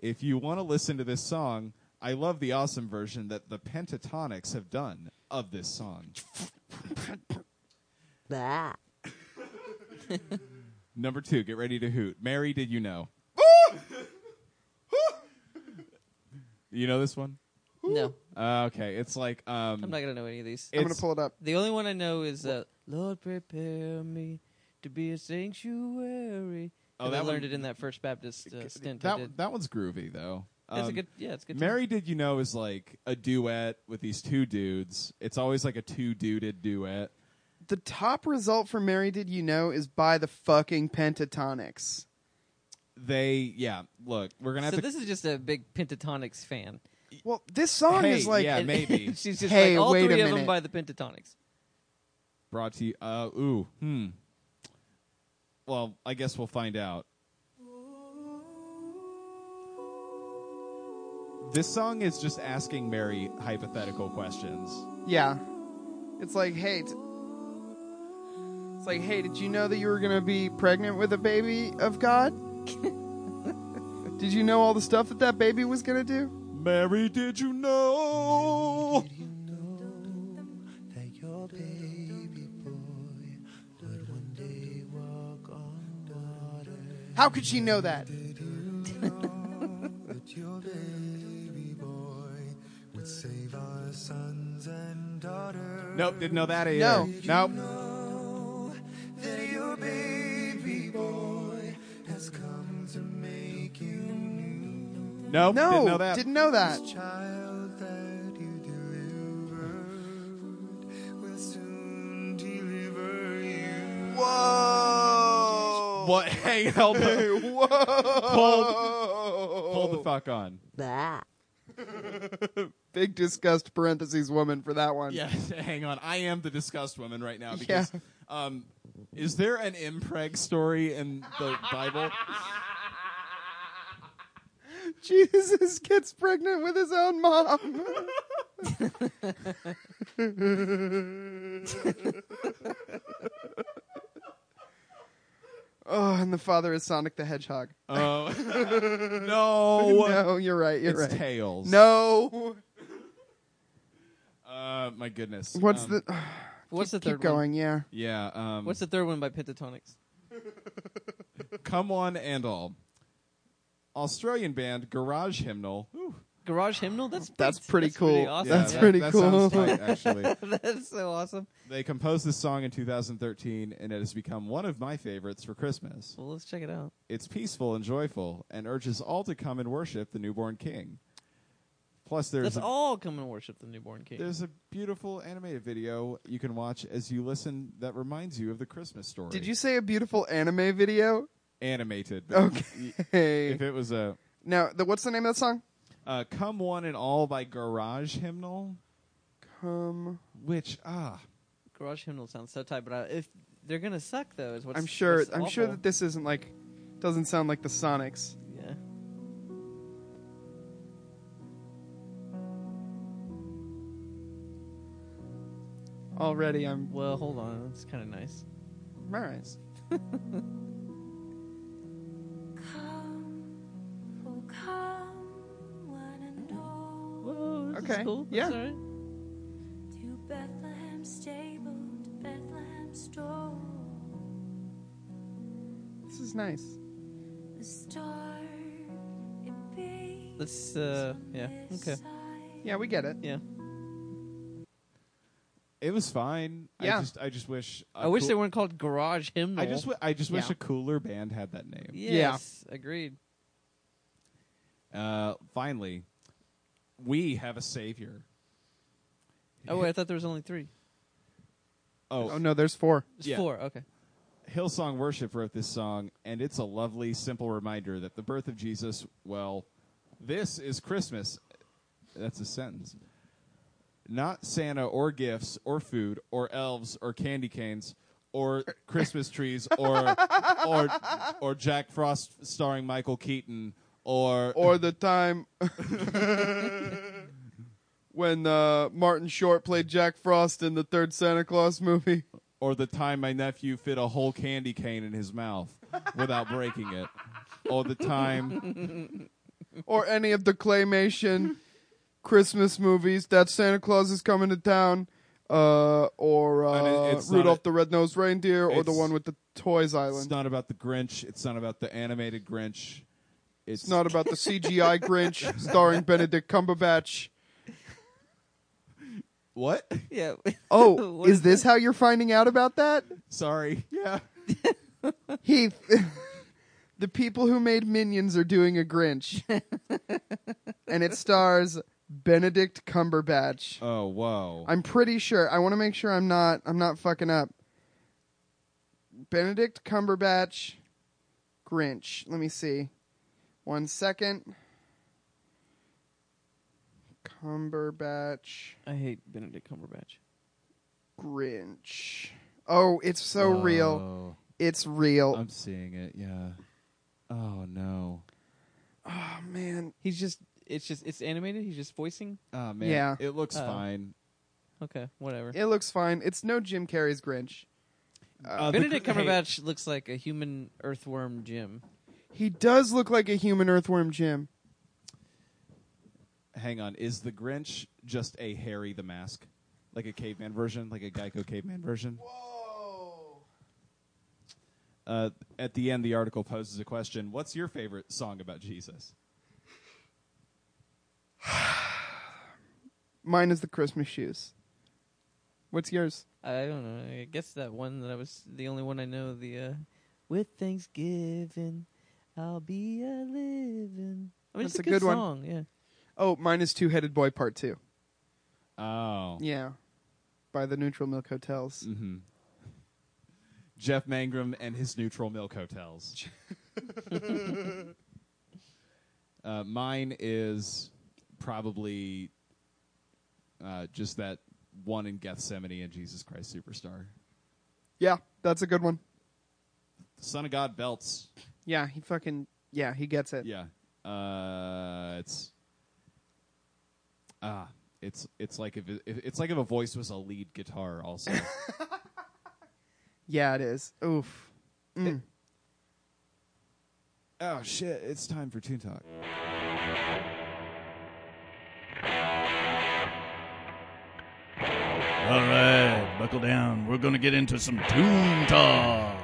A: If you want to listen to this song, I love the awesome version that the Pentatonics have done of this song. Number two, get ready to hoot. Mary, did you know? you know this one?
G: No,
A: Uh, okay, it's like um,
G: I'm not gonna know any of these.
B: I'm gonna
A: it's-
B: pull it up.
G: The only one I know is uh, "Lord prepare me to be a sanctuary."
A: Oh,
G: Oh, I
A: that
G: learned
A: one-
G: it in that first Baptist uh, stint. I
A: that
G: did.
A: that one's groovy though.
G: That's a
A: Um,
G: good. Yeah, it's a good.
A: Mary, did you know is like a duet with these two dudes. It's always like a two duded duet.
B: The top result for Mary Did You Know is by the fucking Pentatonics.
A: They yeah. Look, we're gonna have
G: Time.
A: to.
G: So this is just a big Pentatonics fan.
B: Well, this song
A: Hey,
B: is like
A: yeah, maybe
G: She's just
B: Hey,
G: like all
B: wait a
G: three of
B: minute.
G: them by the Pentatonics.
A: brought to you. Uh, ooh, hmm. Well, I guess we'll find out. This song is just asking Mary hypothetical questions.
B: yeah. It's like, hey, t- it's like, hey, did you know that you were gonna be pregnant with a baby of God? did you know all the stuff that that baby was gonna do?
A: Mary, did you know?
B: How could she know that?
A: Nope, didn't know that either.
B: No.
A: Nope. Nope,
B: No,
A: didn't know that.
B: Didn't know that.
A: What? Hey, help! Whoa! Hold, hold the fuck on.
B: Big disgust parentheses woman for that one.
A: Yeah, hang on. I am the disgust woman right now because um, is there an impreg story in the Bible?
B: Jesus gets pregnant with his own mom. Oh, and the father is Sonic the Hedgehog.
A: Oh
G: Oh,
A: no,
B: no, you're right. You're
A: it's
B: right.
A: Tails.
B: No.
A: uh, my goodness.
B: What's
A: Um,
B: the?
G: What's the
B: Keep
G: third
B: going. Yeah.
A: Yeah. Um,
G: one? What's the third one by Pentatonics?
A: come on and all? Australian band Garage Hymnal. Ooh,
G: Garage Hymnal? That's
B: That's pretty cool.
G: awesome.
B: That's
A: that-
G: yeah.
B: pretty
A: that
B: cool.
A: Sounds tight, actually.
G: That's so awesome.
A: They composed this song in 2013, and it has become one of my favorites for Christmas.
G: Well, let's check it out.
A: It's peaceful and joyful, and urges all to come and worship the newborn King. Plus, there's
G: Let's
A: a,
G: all come and worship the newborn king.
A: there's a beautiful animated video you can watch as you listen that reminds you of the Christmas story.
B: Did you say a beautiful anime video?
A: animated? but
B: Okay.
A: If it was a
B: Now, the, what's the name of that song?
A: uh, "Come One and All" by Garage Hymnal,
B: Um,
A: which ah,
G: Garage Hymnal sounds so tight, but I, if they're gonna suck though, is what's
B: I'm sure.
G: what's
B: I'm sure
G: awful.
B: that this isn't like, doesn't sound like the Sonics.
G: Yeah.
B: Already, I'm
G: Well, hold on. That's kind of nice.
B: all right.
H: oh,
G: Whoa, this is
B: Okay,
G: cool. That's
B: yeah.
G: all right.
H: To Bethlehem stable, to Bethlehem store,
B: This is nice.
H: the star it be.
G: Let's. Uh, yeah. Okay.
B: Yeah, we get it.
G: Yeah.
A: Uh, it was fine.
B: Yeah.
A: I just I just wish a
G: I wish
A: cool-
G: they weren't called Garage Hymnal.
A: I just w- I just wish
B: Yeah.
A: a cooler band had that name.
G: Yes. Agreed.
A: Uh, finally, we have a savior.
G: Oh wait, I thought there was only three.
A: Oh,
B: Oh no, there's four.
G: There's
A: Yeah.
G: four. Okay.
A: Hillsong Worship wrote this song, and it's a lovely, simple reminder that the birth of Jesus, well, this is Christmas. That's a sentence. Not Santa or gifts or food or elves or candy canes or Christmas trees or or or Jack Frost starring Michael Keaton or
B: Or the time when uh, Martin Short played Jack Frost in the third Santa Claus movie.
A: or the time my nephew fit a whole candy cane in his mouth without breaking it, or the time
B: or any of the claymation Christmas movies that Santa Claus is coming to town, uh, or
A: And
B: uh,
A: it- it's not
B: Rudolph
A: a-
B: the Red-Nosed Reindeer, or the
A: It's-
B: one with the Toys
A: it's
B: Island.
A: not about the Grinch, it's not about the animated Grinch, it's,
B: It's not about the CGI Grinch starring Benedict Cumberbatch.
A: what?
G: Yeah.
B: Oh,
G: What
B: is this how you're finding out about that?
A: Sorry, yeah,
B: Heath, the people who made Minions are doing a Grinch, and it stars Benedict Cumberbatch.
A: oh whoa,
B: I'm pretty sure. I want to make sure I'm not I'm not fucking up. Benedict Cumberbatch Grinch. Let me see. One second. Cumberbatch
G: I hate Benedict Cumberbatch.
B: Grinch. Oh, it's so real. It's real.
A: Oh. I'm seeing it, yeah. Oh no,
B: oh man.
G: He's just. It's just. It's animated. He's just voicing.
A: oh man,
B: Yeah.
A: it looks
G: Oh.
A: fine.
G: Okay. Whatever.
B: It looks fine. It's no Jim Carrey's Grinch.
A: Uh, the
G: Benedict
A: cr- hey,
G: Cumberbatch looks like a human earthworm Jim.
B: He does look like a human earthworm Jim.
A: hang on, is the Grinch just a Harry the Mask, like a caveman version, like a Geico caveman version?
B: Whoa.
A: uh, at the end, the article poses a question: What's your favorite song about Jesus?
B: Mine is the Christmas shoes. What's yours?
G: I don't know. I guess that one that I was the only one I know. The uh, with Thanksgiving, I'll be a living. I mean,
B: That's
G: it's
B: a
G: a
B: good one.
G: song. Yeah.
B: Oh, mine is Two Headed Boy Part Two.
A: Oh,
B: Yeah, by the Neutral Milk Hotels.
A: hmm Jeff Mangrum and his Neutral Milk Hotels. uh, mine is probably uh, just that one in Gethsemane and Jesus Christ Superstar.
B: Yeah, that's a good one.
A: The Son of God belts.
B: Yeah, he fucking yeah, he gets it.
A: Yeah. Uh, it's ah, it's it's like if it, it's like if a voice was a lead guitar. Also,
B: Yeah, it is. Oof. Mm.
A: Oh shit! It's time for Toon Talk.
I: All right, buckle down. We're going to get into some Toon Talk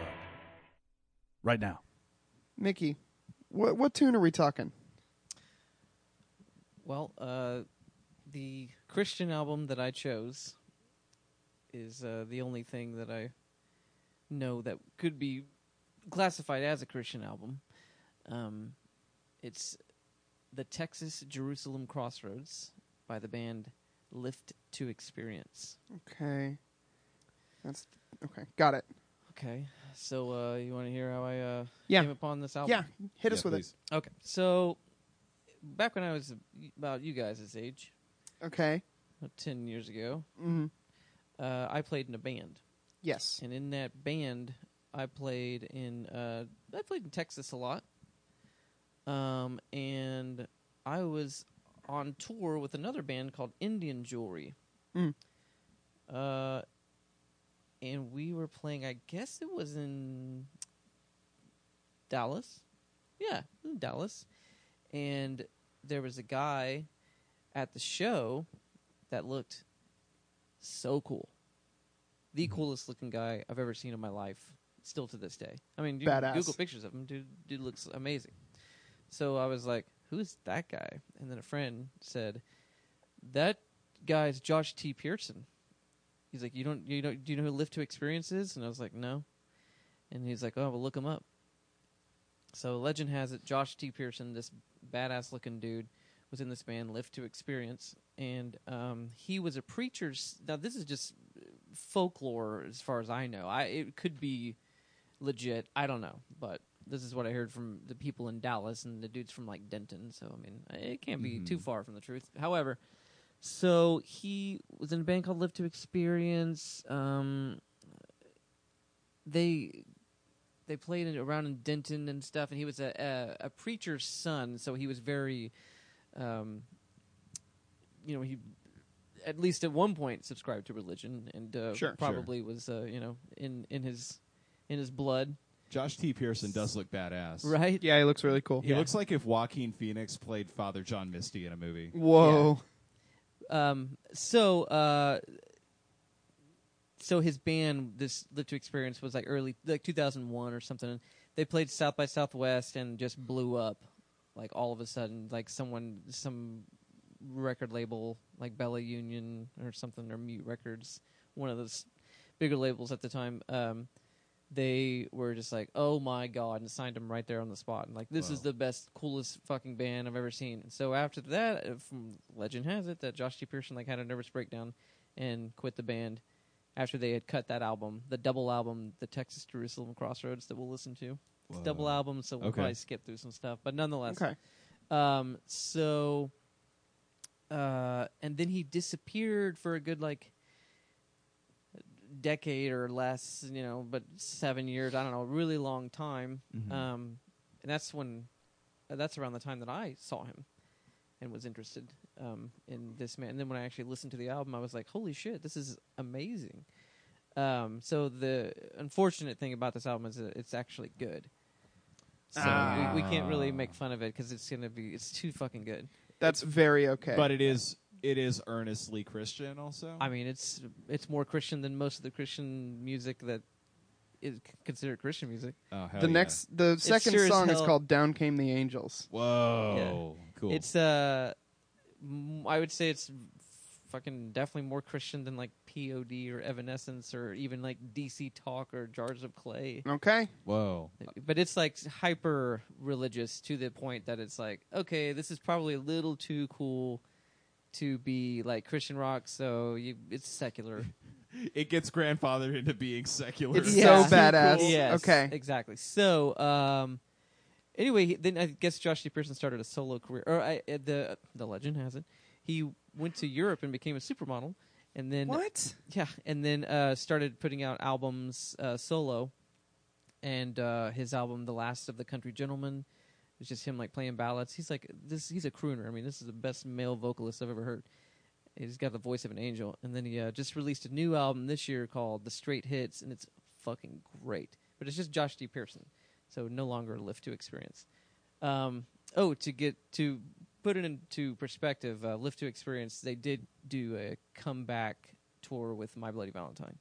I: right now.
B: Mickey, what what tune are we talking?
G: Well, uh, the Christian album that I chose is uh, the only thing that I know that could be classified as a Christian album. Um, it's the Texas Jerusalem Crossroads by the band Lift to Experience.
B: Okay, that's okay. Got it.
G: Okay, so uh, you want to hear how I uh,
B: Yeah.
G: came upon this album?
B: Yeah, hit
A: Oh. Yeah,
B: us with
A: please.
G: Okay, so back when I was about you guys' age,
B: it. Okay.
G: about ten years ago,
B: hmm
G: uh, I played in a band,
B: Yes.
G: and in that band, I played in uh, I played in Texas a lot, um, and I was on tour with another band called Indian Jewelry,
B: Mm.
G: uh, and we were playing. I guess it was in Dallas, yeah, in Dallas, and there was a guy at the show that looked so cool the coolest looking guy I've ever seen in my life, still to this day. I mean, you can
B: Badass.
G: Google pictures of him. Dude, dude looks amazing. So I was like, "Who's that guy?" And then a friend said, "That guy's Josh T. Pearson." He's like, "You don't, you don't, do you know who Lift to Experience is?" And I was like, "No." And he's like, "Oh, well, look him up." So legend has it, Josh T. Pearson, this badass looking dude, was in this band Lift to Experience, and um, he was a preacher's. Now this is just folklore as far as I know. I it could be legit. I don't know, but this is what I heard from the people in Dallas and the dudes from like Denton. So I mean, it can't be too far from the truth. However, so he was in a band called Live to Experience. Um, they they played in, around in Denton and stuff, and he was a, a a preacher's son, so he was very, um, you know, he at least at one point subscribed to religion and uh,
B: Sure.
G: probably was uh, you know in in his in his blood,
A: Josh T. Pearson does look badass.
G: right?
B: Yeah, he looks really cool.
A: He looks like if Joaquin Phoenix played Father John Misty in a movie.
B: Whoa.
G: Um, so, uh, so his band, this Live to Experience, was like early, like 2001 or something. They played South by Southwest and just blew up, like all of a sudden. Like someone, some record label, like Bella Union or something, or Mute Records, one of those bigger labels at the time. Um, they were just like, "Oh my god!" and signed him right there on the spot. And like, this is the best, coolest fucking band I've ever seen. And so after that, uh, from legend has it that Josh T. Pearson like had a nervous breakdown and quit the band after they had cut that album, the double album, the Texas Jerusalem Crossroads that we'll listen to. It's a double album, so we'll
A: Okay.
G: probably skip through some stuff, but nonetheless.
B: Okay.
G: Um, so, uh, and then he disappeared for a good like decade or less, you know, but seven years. I don't know, a really long time. Um, and that's when, uh, that's around the time that I saw him and was interested um, in this man. And then when I actually listened to the album, I was like, holy shit, this is amazing. Um, so the unfortunate thing about this album is that it's actually good. So we, we can't really make fun of it because it's gonna be it's too fucking good.
B: That's very okay.
A: But it is it is earnestly Christian also.
G: I mean, it's it's more Christian than most of the Christian music that is c- considered Christian music.
A: oh, hell
B: the
A: yeah.
B: next, the second
G: sure as
B: song is
G: hell-
B: called "Down Came the Angels."
A: Whoa. Cool.
G: It's uh, m- I would say it's fucking definitely more Christian than like POD or Evanescence or even like DC Talk or Jars of Clay.
B: Okay.
A: Whoa.
G: But it's like hyper religious to the point that it's like, okay, this is probably a little too cool to be like Christian rock, so you, it's secular.
A: It gets grandfathered into being secular.
B: It's
G: Yeah.
B: so badass.
G: Yes,
B: Okay.
G: exactly. So, um, anyway, he- then I guess Josh D. Pearson started a solo career, or I, uh, the the legend has it. He went to Europe and became a supermodel, and then
B: What?
G: yeah, and then uh, started putting out albums uh, solo, and uh, his album "The Last of the Country Gentlemen" is just him like playing ballads. He's like this. He's a crooner. I mean, this is the best male vocalist I've ever heard. He's got the voice of an angel. And then he uh, just released a new album this year called "The Straight Hits," and it's fucking great. But it's just Josh D. Pearson, so no longer Lift to Experience. Um, oh, to get to put it into perspective, uh, Lift to Experience they did do a comeback tour with My Bloody Valentine.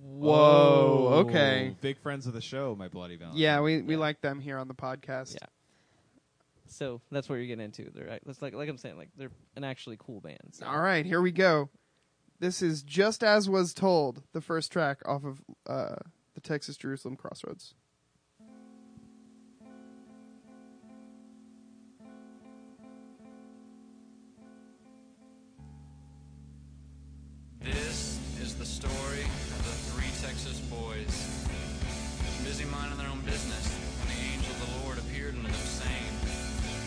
B: Whoa. Okay.
A: Big friends of the show, my bloody Valentine.
B: Yeah, we, we like them here on the podcast.
G: Yeah. So that's what you're getting into. They're right. That's like like I'm saying, like they're an actually cool band. So.
B: All right, here we go. This is Just As Was Told, the first track off of uh, the Texas Jerusalem Crossroads.
J: This is the story of the three Texas boys. Busy minding their own business when the angel of the Lord appeared unto them, saying,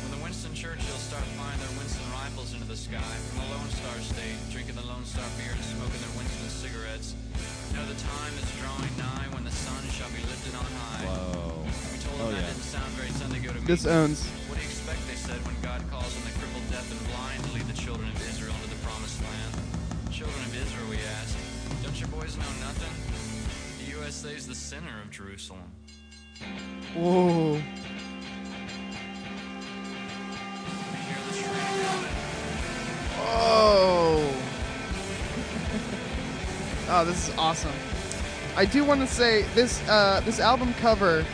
J: When the Winston Churchills start firing their Winston rifles into the sky from the Lone Star State, drinking the Lone Star beer and smoking their Winston cigarettes, know the time is drawing nigh when the sun shall be lifted on high.
A: Whoa.
J: We told
A: Oh,
J: them that
A: yeah.
J: didn't sound very Sunday go to me.
B: This uh, owns.
J: What do you expect, they said, when God calls on the crippled, deaf, and blind to lead the children of Israel into the promised land? Children of Israel, we asked, don't your boys know nothing? The USA's the center of Jerusalem.
B: Whoa.
J: We hear the shriek coming.
B: Oh. oh, this is awesome. I do want to say this uh, this album cover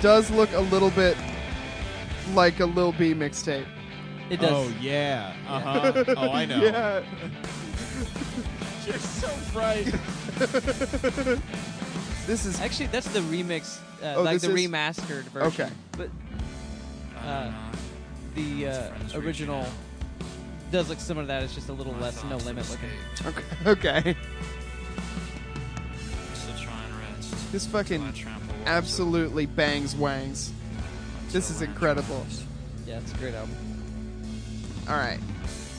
B: does look a little bit like a Lil B mixtape.
G: It does.
A: Oh yeah. Uh huh. oh, I know.
B: Yeah.
A: You're so bright.
B: This is
G: Actually, that's the remix, uh,
B: Oh,
G: like
B: this
G: the
B: is-
G: remastered version.
B: Okay.
G: But uh, the uh, original does look similar to that. It's just a little less no limit looking.
B: okay. okay.
J: So try and rest.
B: This fucking
J: Trample walls
B: absolutely bangs wangs.
J: over
B: This is
J: land
B: incredible.
J: trembles.
G: Yeah, it's a great album.
B: All right.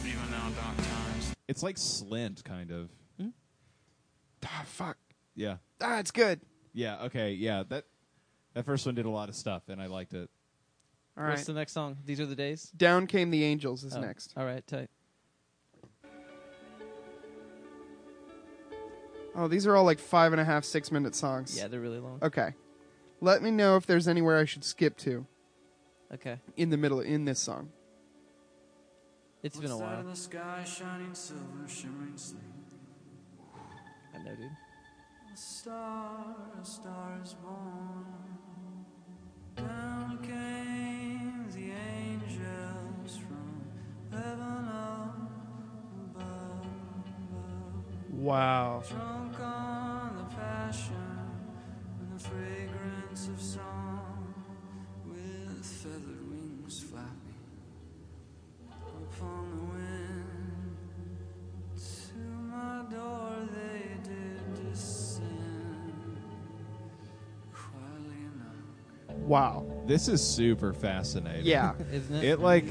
J: Even though dark times
A: It's like Slint, kind of.
B: Hmm? Ah, fuck.
A: Yeah.
B: Ah, it's good.
A: Yeah. Okay. Yeah. That that first one did a lot of stuff, and I liked it.
B: All right.
G: What's the next song? These are the days.
B: Down came the angels is
G: Oh,
B: next.
G: All right, tight.
B: Oh, these are all like five and a half, six minute songs.
G: Yeah, they're really long.
B: Okay. Let me know if there's anywhere I should skip to
G: Okay,
B: in the middle in this song.
G: it's been a
J: What's that
G: while.
J: in the sky, shining silver, shimmering sleep?
G: I know, dude.
J: A star, a star is born. Down came the angels from heaven up above.
B: Wow.
J: Drunk on the passion and the fragrance of song, with feathered wings flapping upon the wind. To my door they did descend, quietly enough.
B: Wow.
A: This is super fascinating.
B: Yeah.
G: Isn't it?
A: It like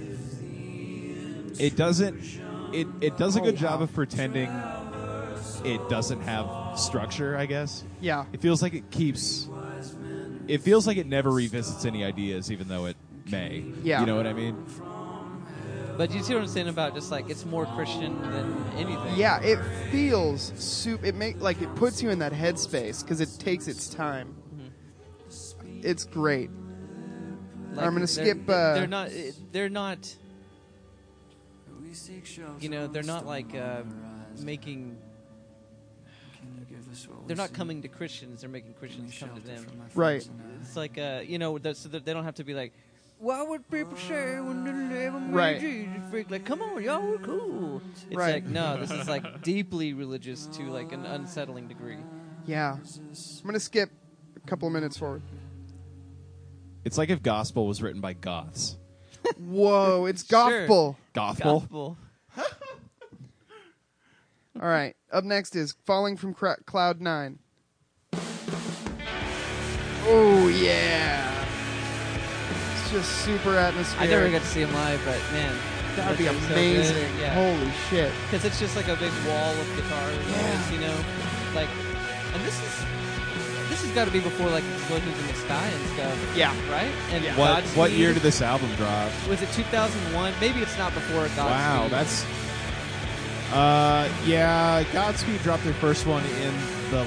A: it doesn't it it does a good job of pretending it doesn't have structure, I guess.
B: Yeah.
A: It feels like it keeps it feels like it never revisits any ideas even though it may.
B: Yeah.
A: You know what I mean?
G: But you see what I'm saying about just like it's more Christian than anything.
B: Yeah, it feels soup. It make like it puts you in that headspace because it takes its time.
G: Mm-hmm.
B: It's great.
G: Like,
B: I'm gonna
G: they're-
B: skip, uh,
G: They're not. it- They're not.
J: We seek shelter.
G: You know, they're not like uh, making.
J: Can you give us what we
G: They're not
J: seek?
G: coming to Christians. They're making Christians come to
J: Shelter
G: them.
J: from our
B: Right.
J: friends and
G: It's like uh, you know, the, so that they don't have to be like, "Why would people say when they never made
B: Right.
G: Jesus freak?" Like, come on, y'all, we're cool. It's
B: Right.
G: like, no, this is like deeply religious to like an unsettling degree.
B: Yeah. I'm gonna skip a couple of minutes forward.
A: It's like if gospel was written by goths.
B: Whoa, it's
G: Sure.
B: gospel.
A: Gothful?
G: Gospel.
B: All right. Up next is falling from Cra- cloud nine. Oh yeah. It's just super atmospheric.
G: I never got to see him live, but man,
B: That'd be
G: so good.
B: amazing.
G: yeah.
B: Holy shit.
G: because it's just like a big wall of guitars, you know, like, and this is this has got to be before like explosions in the sky and stuff,
B: Yeah.
G: right? And
A: What
G: Godspeed,
A: what year did this album drop?
G: was it 2001? Maybe it's not before Godspeed.
A: Wow, that's uh yeah, Godspeed dropped their first one in the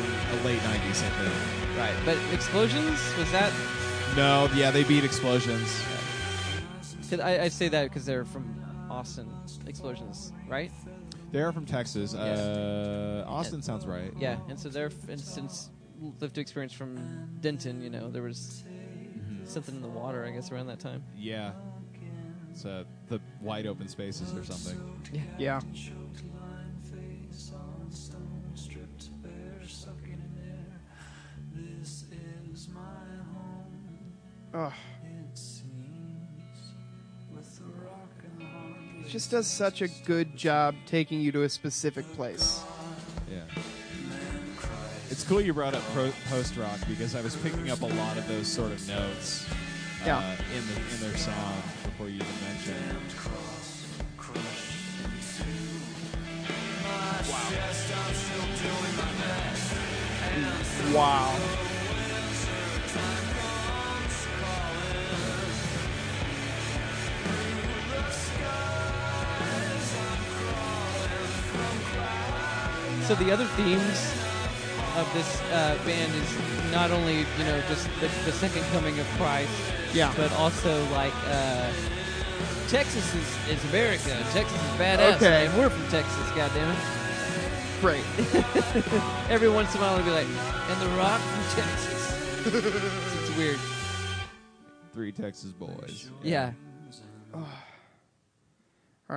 A: late 90s I think.
G: right. But explosions was that
A: No, yeah, they beat Explosions.
G: 'Cause I, I say that because they're from Austin Explosions, right?
A: They are from Texas. Uh, Austin
G: Yeah.
A: sounds right.
G: Yeah, and so they're, and since lived experience from Denton, you know, there was
A: Mm-hmm.
G: something in the water, I guess, around that time.
A: Yeah. It's uh, the wide open spaces or something.
B: Yeah. Ugh. It just does such a good job taking you to a specific place.
A: Yeah. It's cool you brought up pro- post rock because I was picking up a lot of those sort of notes uh,
B: Yeah.
A: in, the, in their sound before you even mentioned it.
B: Wow.
G: So the other themes of this uh, band is not only you know just the, the second coming of Christ,
B: Yeah.
G: but also like uh, Texas is, is America. Texas is badass.
B: Okay.
G: and we're from Texas. goddammit.
B: Great.
G: Every once in a while, I'll be like, "And the Rock from Texas." it's weird.
A: Three Texas boys.
G: Yeah.
B: All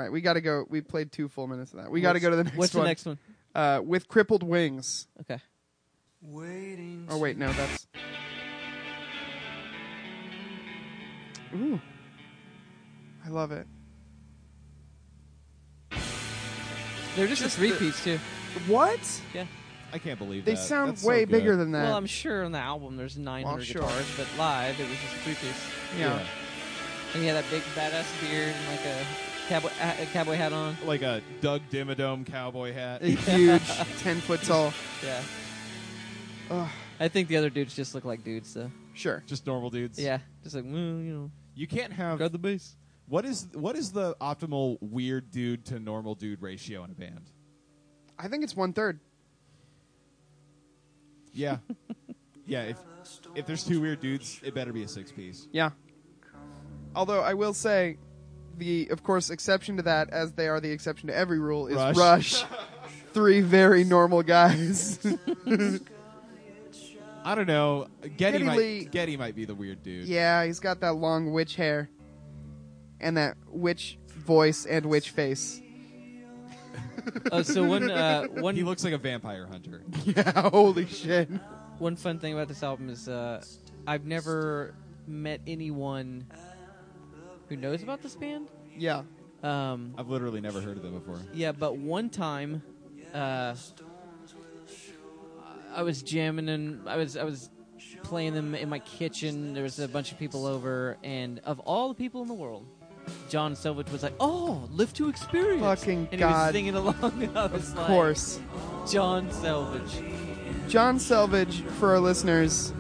B: right, we got to go. We played two full minutes of that. We got to
G: What's-
B: go to the next
G: What's
B: one.
G: the next one?
B: Uh, with crippled wings.
G: Okay.
J: Waiting
B: Oh wait, no, that's. Ooh, I love it.
G: They're just,
B: Just
G: a
B: the-
G: three-piece too.
B: What?
A: I can't believe
B: They
A: that.
B: sound
A: That's so
B: way
A: good.
B: bigger than that.
G: Well, I'm sure on the album there's 900
B: sure.
G: guitars, but live it was just a three-piece.
B: yeah.
G: And he had that big badass beard and like a cowboy a a cowboy hat on.
A: Like a Doug Dimmadome cowboy hat.
B: a huge ten foot tall.
G: Yeah.
B: Ugh.
G: I think the other dudes just look like dudes, though.
B: Sure.
A: Just normal dudes.
G: Yeah, just like well, you
A: You can't
G: know,
A: have
G: grab the bass.
A: What is what is the optimal weird dude to normal dude ratio in a band?
B: I think it's one third.
A: Yeah, yeah. If if there's two weird dudes, it better be a six piece.
B: Yeah. Although I will say, the of course exception to that, as they are the exception to every rule, is
A: Rush.
B: Rush. Three very normal guys.
A: I don't know. Getty,
B: Geddy
A: might
B: Lee-
A: Getty might be the weird dude.
B: yeah, he's got that long witch hair, and that witch voice and witch face.
G: Oh, so one uh,
A: He
G: one
A: looks like a vampire hunter.
B: Yeah, holy shit.
G: one fun thing about this album is uh, I've never met anyone who knows about this band.
B: Yeah.
G: Um,
A: I've literally never heard of them before.
G: Yeah, but one time, uh, I was jamming and I was I was playing them in my kitchen. There was a bunch of people over, and of all the people in the world, John Selvage was like, "Oh, live to experience."
B: Fucking
G: and he was
B: God.
G: singing along. And I was
B: Of
G: like,
B: course.
G: John Selvage."
B: John Selvage, for our listeners,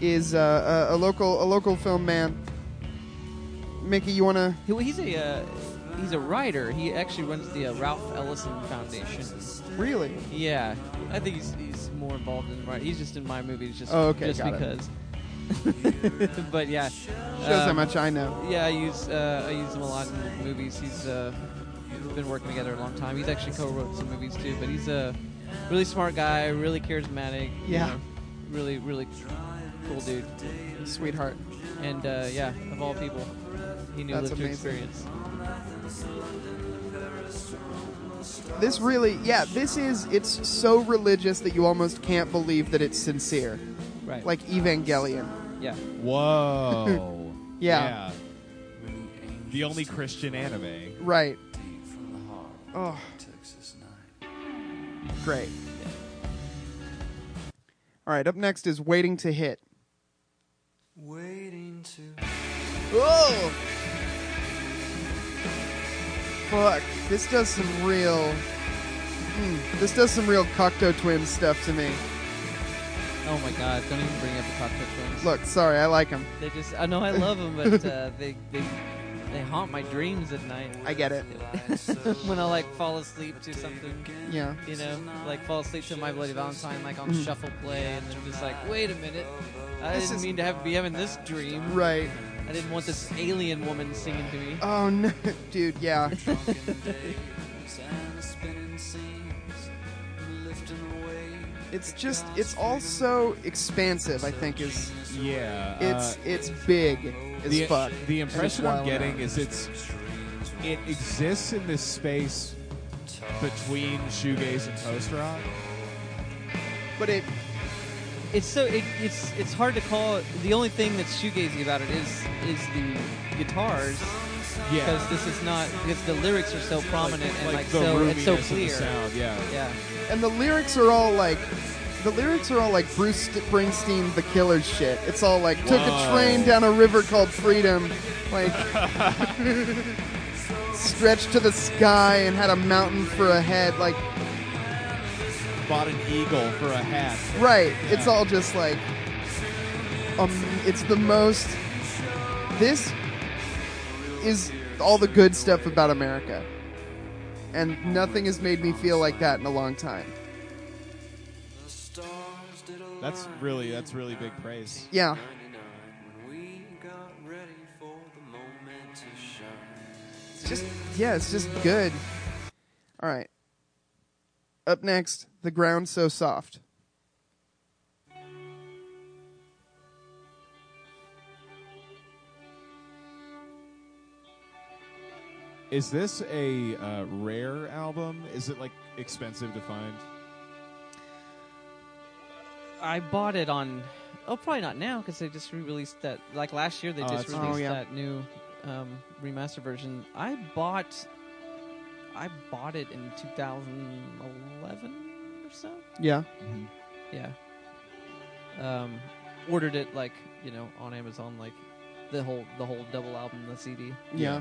B: is uh, a, a local a local film man. Mickey, you wanna?
G: He- he's a uh, he's a writer. He actually runs the uh, Ralph Ellison Foundation.
B: Really?
G: Yeah, I think he's he's more involved in writing. He's just in my movies just
B: Oh, okay,
G: just
B: got it.
G: because. but yeah,
B: Shows how
G: um,
B: much I know.
G: Yeah, I use uh, I use him a lot in movies. He's uh, we've been working together a long time. He's actually co-wrote some movies too. But he's a really smart guy, really charismatic. you
B: Yeah.
G: know, really, really cool dude.
B: Sweetheart.
G: And uh, yeah, of all people, he knew
B: That's
G: lived
B: amazing.
G: to experience.
B: This really, yeah, this is. It's so religious that you almost can't believe that it's sincere,
G: Right.
B: like Evangelion.
G: yeah.
A: Whoa.
B: Yeah.
A: Yeah. The only Christian anime.
B: Right. Oh. Great. All right. Up next is waiting to hit.
F: Waiting to
B: Oh! Fuck. This does some real. Mm, this does some real Cocteau Twins stuff to me.
G: Oh my God! Don't even bring up the cocktail twins.
B: Look, sorry, I like them.
G: They just I know I love them, but uh, they they they haunt my dreams at night.
B: I get it.
G: when I like fall asleep to something.
B: Yeah.
G: you know, like fall asleep to My Bloody Valentine, like
A: Hmm.
G: on shuffle play, and then just like, wait a minute, I
B: This
G: didn't
B: is-
G: mean to have be having this dream.
B: Right.
G: I didn't want this alien woman singing to me.
B: Oh no, dude, yeah. It's just it's all so expansive, I think is
A: Yeah. uh,
B: it's it's big as
A: the,
B: fuck.
A: The
B: and it's
A: impression I'm
B: wild
A: getting
B: out.
A: is it's it exists in this space between shoegaze and post rock.
B: But it
G: It's so it, it's it's hard to call. The only thing that's shoegazy about it is is the guitars. Because this is not because the lyrics are so prominent and like,
A: the
G: so it's so
A: roominess of the
G: clear.
A: sound, yeah.
G: Yeah.
B: and the lyrics are all like the lyrics are all like Bruce Springsteen the killer shit. It's all like took a
A: Whoa.
B: train down a river called freedom, like stretched to the sky and had a mountain for a head, like
A: Bought an eagle for a hat.
B: Right. It's all just like um it's the most this is all the good stuff about America. And nothing has made me feel like that in a long time.
A: That's really that's really big praise.
B: Yeah. It's Just yeah, it's just good. All right. Up next, the ground so soft.
K: Is this a uh, rare album? Is it like expensive to find?
G: I bought it on. Oh, probably not now because they just re-released that. Like last year, they
K: Oh,
G: just
K: that's
G: released
B: right. Oh, yeah.
G: that new um, remaster version. I bought. I bought it in 2011 or so.
B: Yeah.
G: Yeah. Um, ordered it like you know on Amazon, like the whole the whole double album, the CD.
B: Yeah.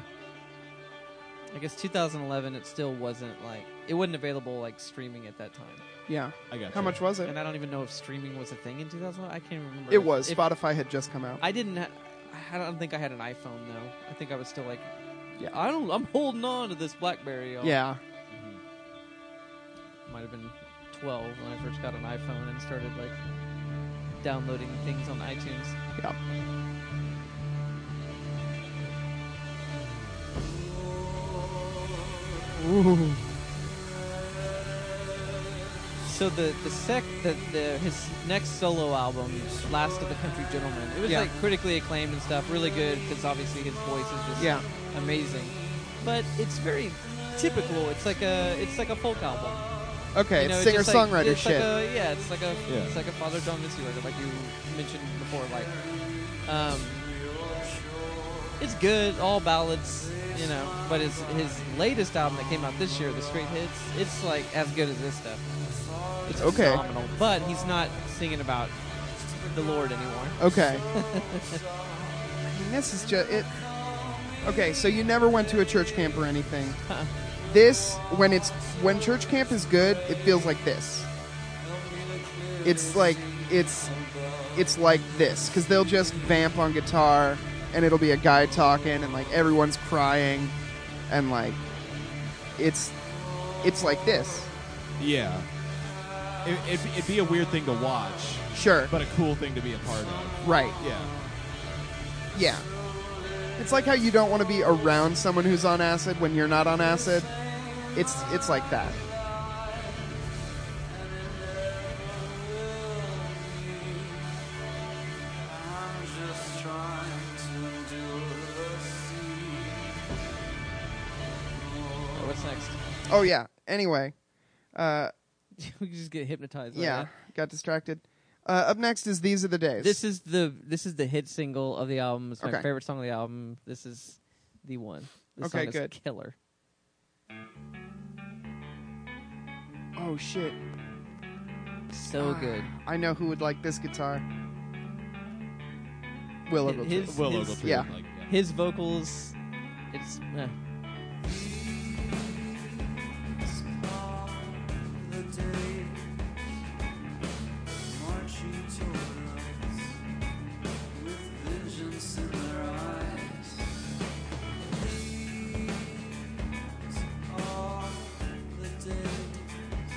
G: I guess 2011, it still wasn't like it wasn't available like streaming at that time.
B: Yeah.
K: I got
B: How much was it?
G: And I don't even know if streaming was a thing in 2011. I can't remember.
B: It
G: if-
B: was.
G: if-
B: Spotify had just come out.
G: I didn't. Ha- I don't think I had an iPhone though. I think I was still like, yeah, I don't. I'm holding on to this BlackBerry. y'all.
B: Yeah.
G: might have been 12 when I first got an iPhone and started like downloading things on iTunes.
B: Yeah.
G: So the the sec the, the his next solo album, Last of the Country Gentleman, it was
B: Yeah.
G: like critically acclaimed and stuff, really good because obviously his voice is just
B: Yeah.
G: amazing. But it's very typical. It's like a it's like a folk album.
B: Okay,
G: You know,
B: it's
G: it's
B: singer
G: just like-
B: songwriter
G: it's
B: shit.
G: Like a, yeah, it's like a
K: Yeah.
G: it's like a Father John Misty record, like you mentioned before. Like, um, it's good, all ballads, you know. But his his latest album that came out this year, the Straight Hits, it's like as good as this stuff. It's
B: Okay.
G: phenomenal. But he's not singing about the Lord anymore.
B: Okay. I mean, this is just it. Okay, so you never went to a church camp or anything.
G: Huh.
B: This when it's when church camp is good, it feels like this. It's like it's it's like this because they'll just vamp on guitar and it'll be a guy talking and like everyone's crying and like it's it's like this.
A: Yeah. It, it, it'd be a weird thing to watch,
B: Sure,
A: but a cool thing to be a part of.
B: right.
A: Yeah.
B: Yeah. It's like how you don't want to be around someone who's on acid when you're not on acid. It's it's like that.
G: Or what's next?
B: Oh yeah. Anyway, uh,
G: we just get hypnotized. Like
B: yeah,
G: that.
B: got distracted. Uh, up next is these are the days.
G: This is the this is the hit single of the album. It's my
B: Okay.
G: favorite song of the album. This is the one. This
B: Okay,
G: song is
B: good.
G: killer.
B: oh shit.
G: So
B: Ah,
G: good.
B: I know who would like this guitar. Willow. will
G: His-
B: do.
K: Will
G: his-
K: Ogletree,
B: yeah.
K: like, yeah.
G: His vocals, it's eh.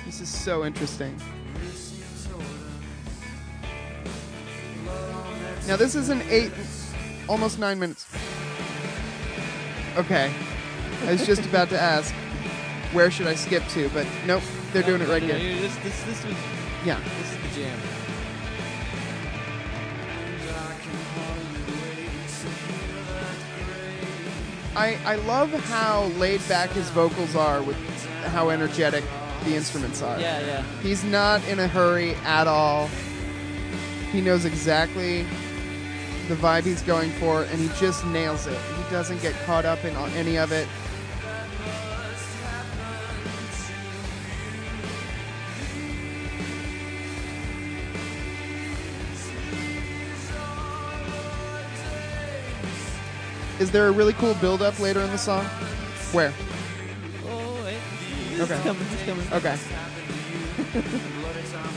B: This is so interesting. Now this is an eight. almost nine minutes. Okay. I was just about to ask, where should I skip to? But nope, they're
G: No,
B: doing it
G: no,
B: right
G: no,
B: here.
G: no, This, this, this was.
B: Yeah.
G: This is the jam.
B: I, I love how laid back his vocals are with how energetic the instruments are.
G: Yeah, yeah.
B: He's not in a hurry at all. He knows exactly the vibe he's going for, and he just nails it. He doesn't get caught up in any of it. Is there a really cool build up later in the song? Where?
G: Oh, it,
B: Okay.
G: It's coming. It's coming.
B: Okay.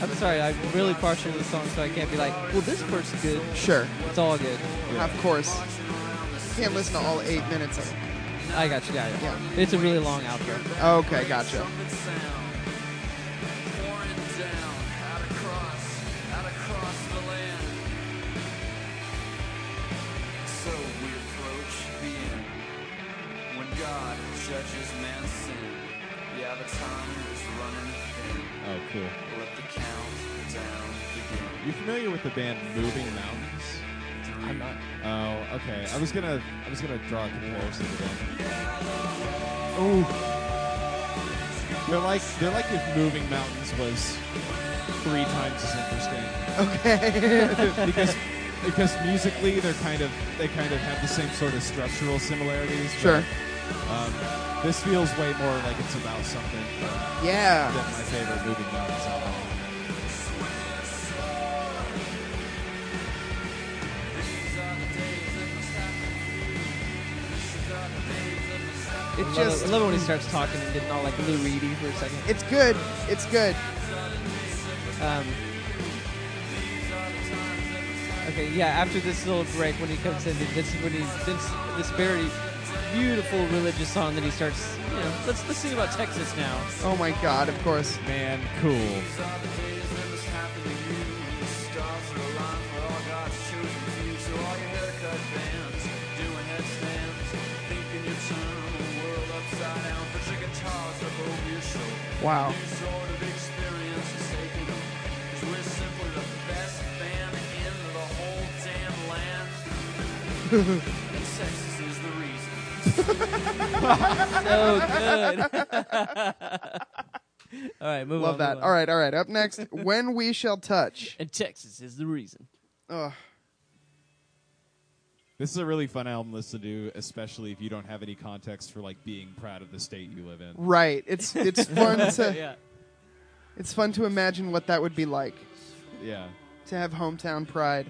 G: I'm sorry. I'm really partial to the song, so I can't be like, well, this part's good.
B: Sure.
G: It's all good.
B: Of course. Can't listen to all eight minutes of it.
G: I got you. Got it. It's a really long outro.
B: Okay, gotcha.
F: So we approach the end. When God judges man's sin, yeah, the time is running thin.
A: Oh, cool.
F: Let the countdown begin.
A: You familiar with the band Moving Mountains?
G: I'm not.
A: Oh, okay. I was gonna, I was gonna draw a comparison to them. Ooh. They're like, they're like if Moving Mountains was three times as interesting.
L: Okay.
A: because, because musically they're kind of, they kind of have the same sort of structural similarities. but,
B: Sure.
A: um, this feels way more like it's about something.
B: Yeah.
A: Than my favorite Moving Mountains album.
G: It
B: It
G: just.
B: just-
G: I love it when he starts talking and getting all like Lou Reedy for a second.
B: It's good. It's good.
G: Um, okay, yeah. After this little break, when he comes in, this is when he this this very beautiful religious song that he starts. You know, let's let's sing about Texas now.
B: Oh my god, of course.
A: Man, cool.
B: Wow.
G: so good. Oh, all right, move
B: Love
G: on.
B: that.
G: move on.
B: All right, all right. Up next, When We Shall Touch.
G: And Texas is the reason.
B: Ugh.
A: This is a really fun album to listen to, especially if you don't have any context for like being proud of the state you live in.
B: Right. It's it's fun to
G: Yeah.
B: it's fun to imagine what that would be like
A: Yeah.
B: to have hometown pride.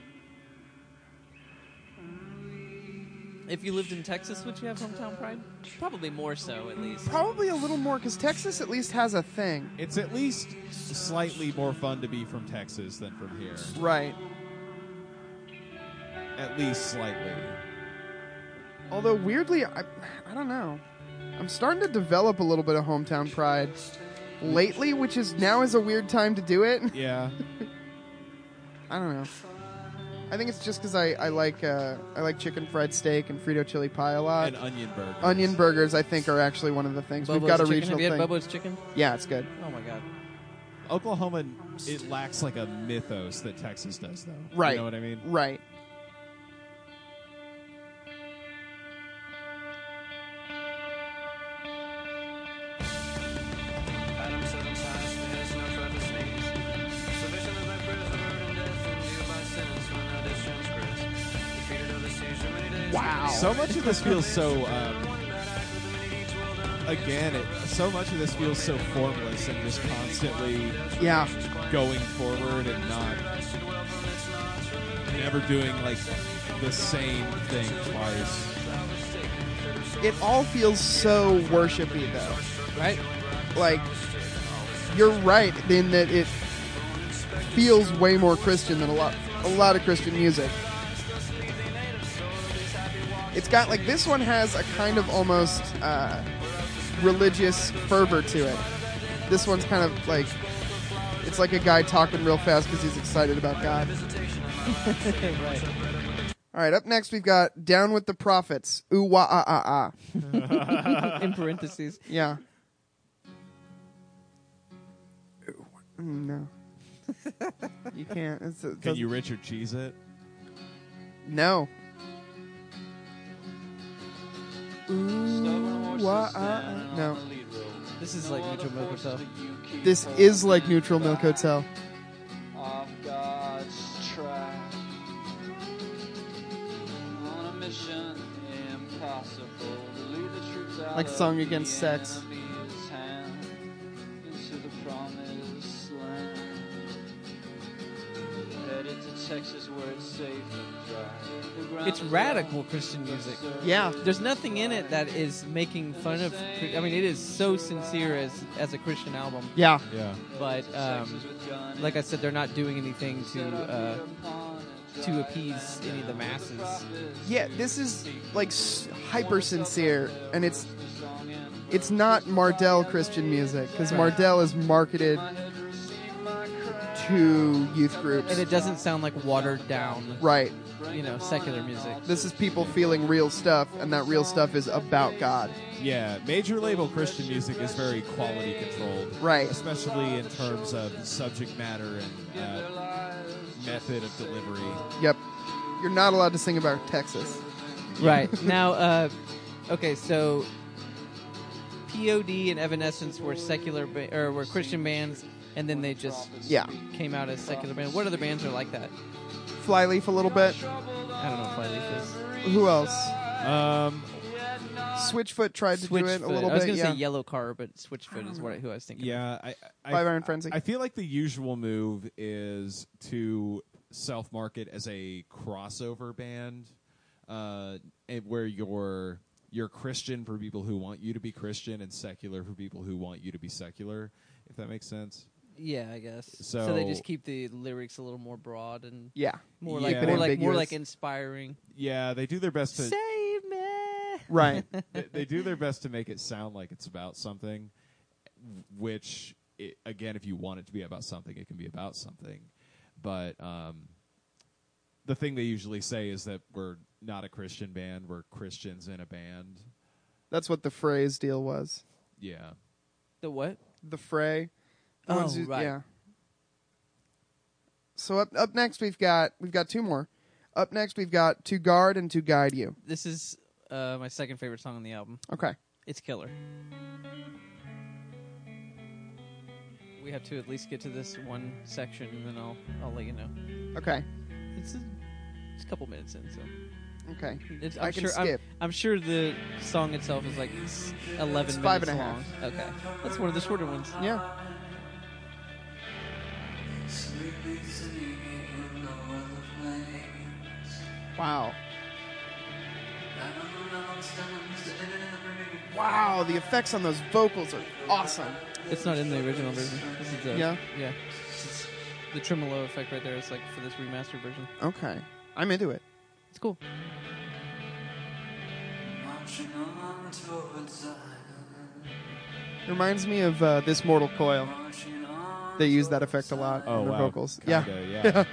G: If you lived in Texas, would you have hometown pride? Probably more so, at least.
B: Probably a little more cuz Texas at least has a thing.
A: It's at least slightly more fun to be from Texas than from here.
B: Right.
A: At least slightly.
B: Although weirdly I I don't know. I'm starting to develop a little bit of hometown pride lately, which is now is a weird time to do it.
A: Yeah.
B: I don't know. I think it's just because I, I like uh, I like chicken fried steak and Frito chili pie a lot.
A: And onion burger.
B: Uh, Onion burgers, I think, are actually one of the things we've
G: Bubba's
B: got a
G: chicken.
B: regional
G: Have you had
B: thing.
G: Bubba's chicken?
B: Yeah, it's good.
G: Oh my god.
A: Oklahoma, it lacks like a mythos that Texas does, though.
B: Right.
A: You know what I mean?
B: Right.
F: Adam said I'm tired, and there's no tried to sneeze. Salvation of thy prayers, the burden death, and you by sins when thou didst transgress. Defeated of the seizure many days.
A: Wow. So much of this feels so. Um, again, it, so much of this feels so formless and just constantly
B: Yeah.
A: going forward and not never doing like the same thing twice.
B: It all feels so worshipy though.
G: Right?
B: Like you're right in that it feels way more Christian than a lot a lot of Christian music. It's got like this one has a kind of almost uh, religious fervor to it. This one's kind of like it's like a guy talking real fast because he's excited about God.
G: right.
B: All right, up next we've got Down with the Prophets. Ooh, wah, ah, ah, ah.
G: In parentheses.
B: Yeah. Ooh, No. you can't. It's, it
A: Can
B: doesn't-
A: you Richard Cheese it?
B: No. Ooh, wah, ah, ah. No.
G: This is like Neutral Milk Hotel.
B: This is like Neutral Milk Hotel.
M: off God's track on a mission impossible to lead the troops out
B: Like
M: of
B: Song
M: the
B: Against Sex.
M: enemy's hand into the promised land. Headed to Texas where it's safe and dry. The ground
G: It's
M: is
G: radical Christian music.
B: Yeah.
G: There's nothing in it that is making fun of. Chri- I mean, it is so sincere as as a Christian album.
B: Yeah.
N: Yeah.
G: But um, like I said, they're not doing anything to uh, to appease any of the masses.
B: Yeah, this is like s- hyper sincere, and it's it's not Mardell Christian music because
G: Right.
B: Mardell is marketed to youth groups.
G: And it doesn't sound like watered down,
B: right.
G: you know, secular music.
B: This is people feeling real stuff, and that real stuff is about God.
A: Yeah, major label Christian music is very quality controlled,
B: Right.
A: Especially in terms of subject matter and uh, method of delivery.
B: Yep. You're not allowed to sing about Texas.
G: Right. now, uh, okay, so POD and Evanescence were secular ba- or were Christian bands, and then they just
B: Yeah.
G: came out as secular bands. What other bands are like that?
B: Flyleaf a little bit.
G: I don't know if I leave this.
B: Who else?
A: Um,
B: Switchfoot tried to do it a
G: Switchfoot.
B: little
G: I was
B: bit.
G: gonna
B: Yeah.
G: say Yellow Car, but Switchfoot is what I- who I was thinking.
A: yeah, I, I,
B: Five Iron Frenzy.
A: I feel like the usual move is to self-market as a crossover band, uh, and where you're you're Christian for people who want you to be Christian and secular for people who want you to be secular. If that makes sense.
G: Yeah, I guess. So,
A: So-
G: they just keep the lyrics a little more broad and
B: yeah.
G: more
A: Yeah.
G: like more like more
B: Ambiguous.
G: like inspiring.
A: Yeah, they do their best to.
G: Save me.
B: Right.
A: they, they do their best to make it sound like it's about something, which i again, if you want it to be about something, it can be about something. But um, the thing they usually say is that we're not a Christian band; we're Christians in a band.
B: That's what the phrase deal was.
A: Yeah,
G: The what?
B: the fray. The
G: Oh,
B: ones who-
G: right.
B: Yeah. So up up next we've got we've got two more. Up next we've got to guard and to guide you.
G: This is uh, my second favorite song on the album.
B: Okay.
G: It's killer. We have to at least get to this one section, and then I'll I'll let you know.
B: Okay.
G: It's a, it's a couple minutes in, so
B: Okay.
G: it's, I'm
B: I can
G: sure
B: skip.
G: I'm, I'm sure the song itself is like s- eleven
B: It's
G: minutes
B: five and a
G: long.
B: half.
G: Okay, that's one of the shorter ones.
B: yeah. Wow. Wow, the effects on those vocals are awesome.
G: It's not in the original version. This is the
B: Yeah?
G: yeah. This is the tremolo effect right there is like for this remastered version.
B: Okay. I'm into it.
G: It's cool.
B: Reminds me of uh, this Mortal Coil. They use that effect a lot
A: Oh,
B: on their
A: wow.
B: vocals.
A: Kinda,
B: yeah.
A: yeah.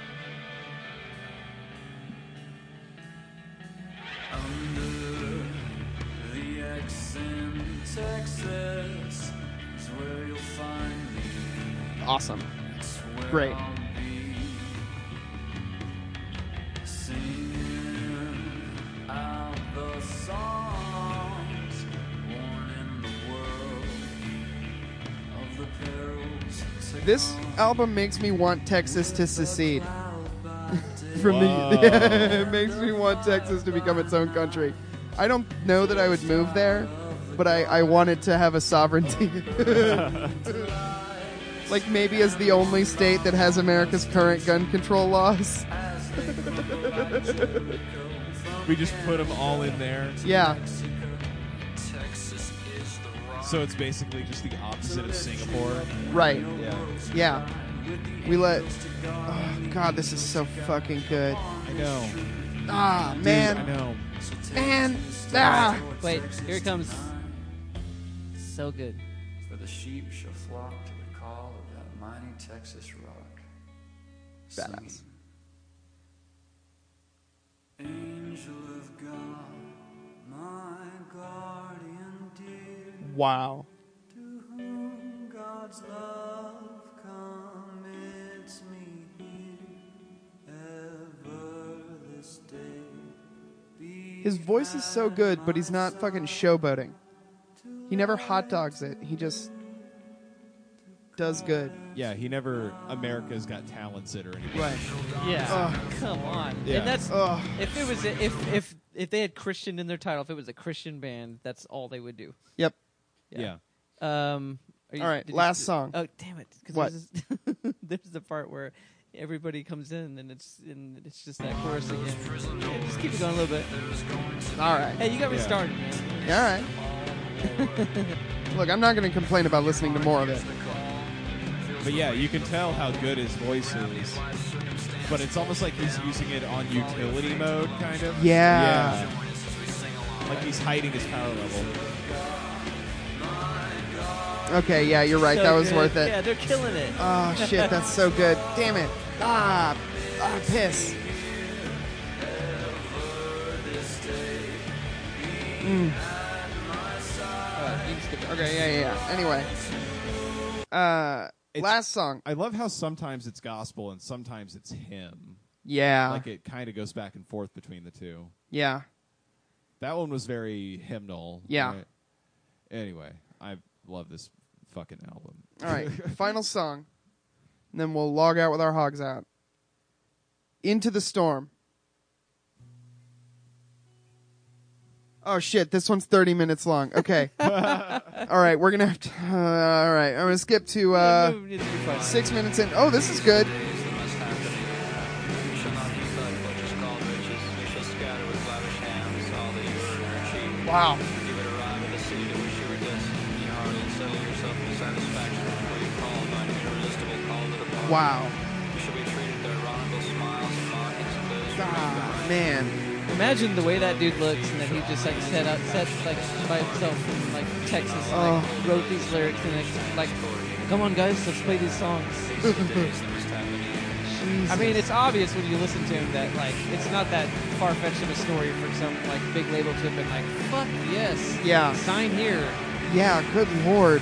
F: The X in Texas is where you'll find me.
B: Awesome.
F: It's where
B: Great.
F: I'll be. Singing out the songs, warning the world of the perils to
B: This album makes me want Texas to secede. From
A: Whoa.
B: the it makes me want Texas to become its own country. I don't know that I would move there, but I, I wanted to have a sovereignty. like maybe as the only state that has America's current gun control laws.
A: we just put them all in there,
B: Yeah.
F: Texas is the rock.
A: so it's basically just the opposite of Singapore.
B: Right.
A: Yeah,
B: Yeah. We let Oh god, this is so fucking good.
A: I know,
B: Ah,
A: I
B: man.
A: know.
B: Man. Ah.
G: Wait, here it comes. So good.
F: For the sheep shall flock to the call of that mighty Texas rock.
B: Badass.
F: Singing. angel of God, my guardian dear,
B: Wow.
F: to whom God's love commits me here, ever this day. Be
B: His voice is so good, but he's not fucking showboating. He never hot dogs it. He just does good.
O: Yeah, he never America's Got Talents it or anything.
B: Right.
G: Yeah.
B: Ugh.
G: Oh, Come on.
O: Yeah.
G: And that's
B: Ugh.
G: if it was a, if if if they had Christian in their title, if it was a Christian band, that's all they would do.
B: Yep.
O: Yeah.
G: Um. are you-
B: All right,
G: did you-
B: last song.
G: Oh damn it! 'cause
B: What?
G: There's, this- there's the part where everybody comes in and it's and it's just that chorus again. Yeah, just keep it going a little bit.
B: All right.
G: Hey, you got me
O: Yeah.
G: started, man.
B: All right. Look, I'm not going to complain about listening to more of it.
O: But yeah, you can tell how good his voice is. But it's almost like he's using it on utility mode, kind of.
B: Yeah.
O: Yeah. Like he's hiding his power level.
B: Okay, yeah, you're right.
G: So
B: that was
G: good.
B: worth it.
G: Yeah, they're killing it.
B: Oh shit, that's so good. Damn it. Ah, ah piss. Mm. Uh, Okay, yeah, yeah, yeah. Anyway. Uh
O: It's-
B: last song.
O: I love how sometimes it's gospel and sometimes it's him.
B: Yeah.
O: Like it kind of goes back and forth between the two.
B: yeah.
O: That one was very hymnal.
B: Yeah.
O: right? Anyway, I love this fucking album.
B: All right. final song. And then we'll log out with our hogs out. Into the storm. Oh shit, this one's 30 minutes long. Okay. all right, we're going to have to uh, All right. I'm going to skip to uh
G: No, it's pretty fun.
B: 6 minutes in. Oh, this is good.
J: days that must happen. You shall not be led but just called riches. You shall scatter with lavish hands all that you earn or achieve.
B: Wow.
J: You would arrive at the city to which you were destined. You hardly settle yourself with satisfaction before you call by an irresistible call to depart.
B: Wow.
J: You shall be treated with ironical smiles and mockings of those who
B: Ah,
J: make the
B: man.
G: Imagine the way that dude looks, and then he just like set up, set like by himself in like Texas, and,
B: Oh.
G: like, wrote these lyrics, and it's like, come on guys, let's play these songs.
J: days that must happen to you.
G: I mean, it's obvious when you listen to him that like it's not that far fetched of a story for some like big label to have been like, fuck yes,
B: Yeah.
G: sign here.
B: Yeah, good lord.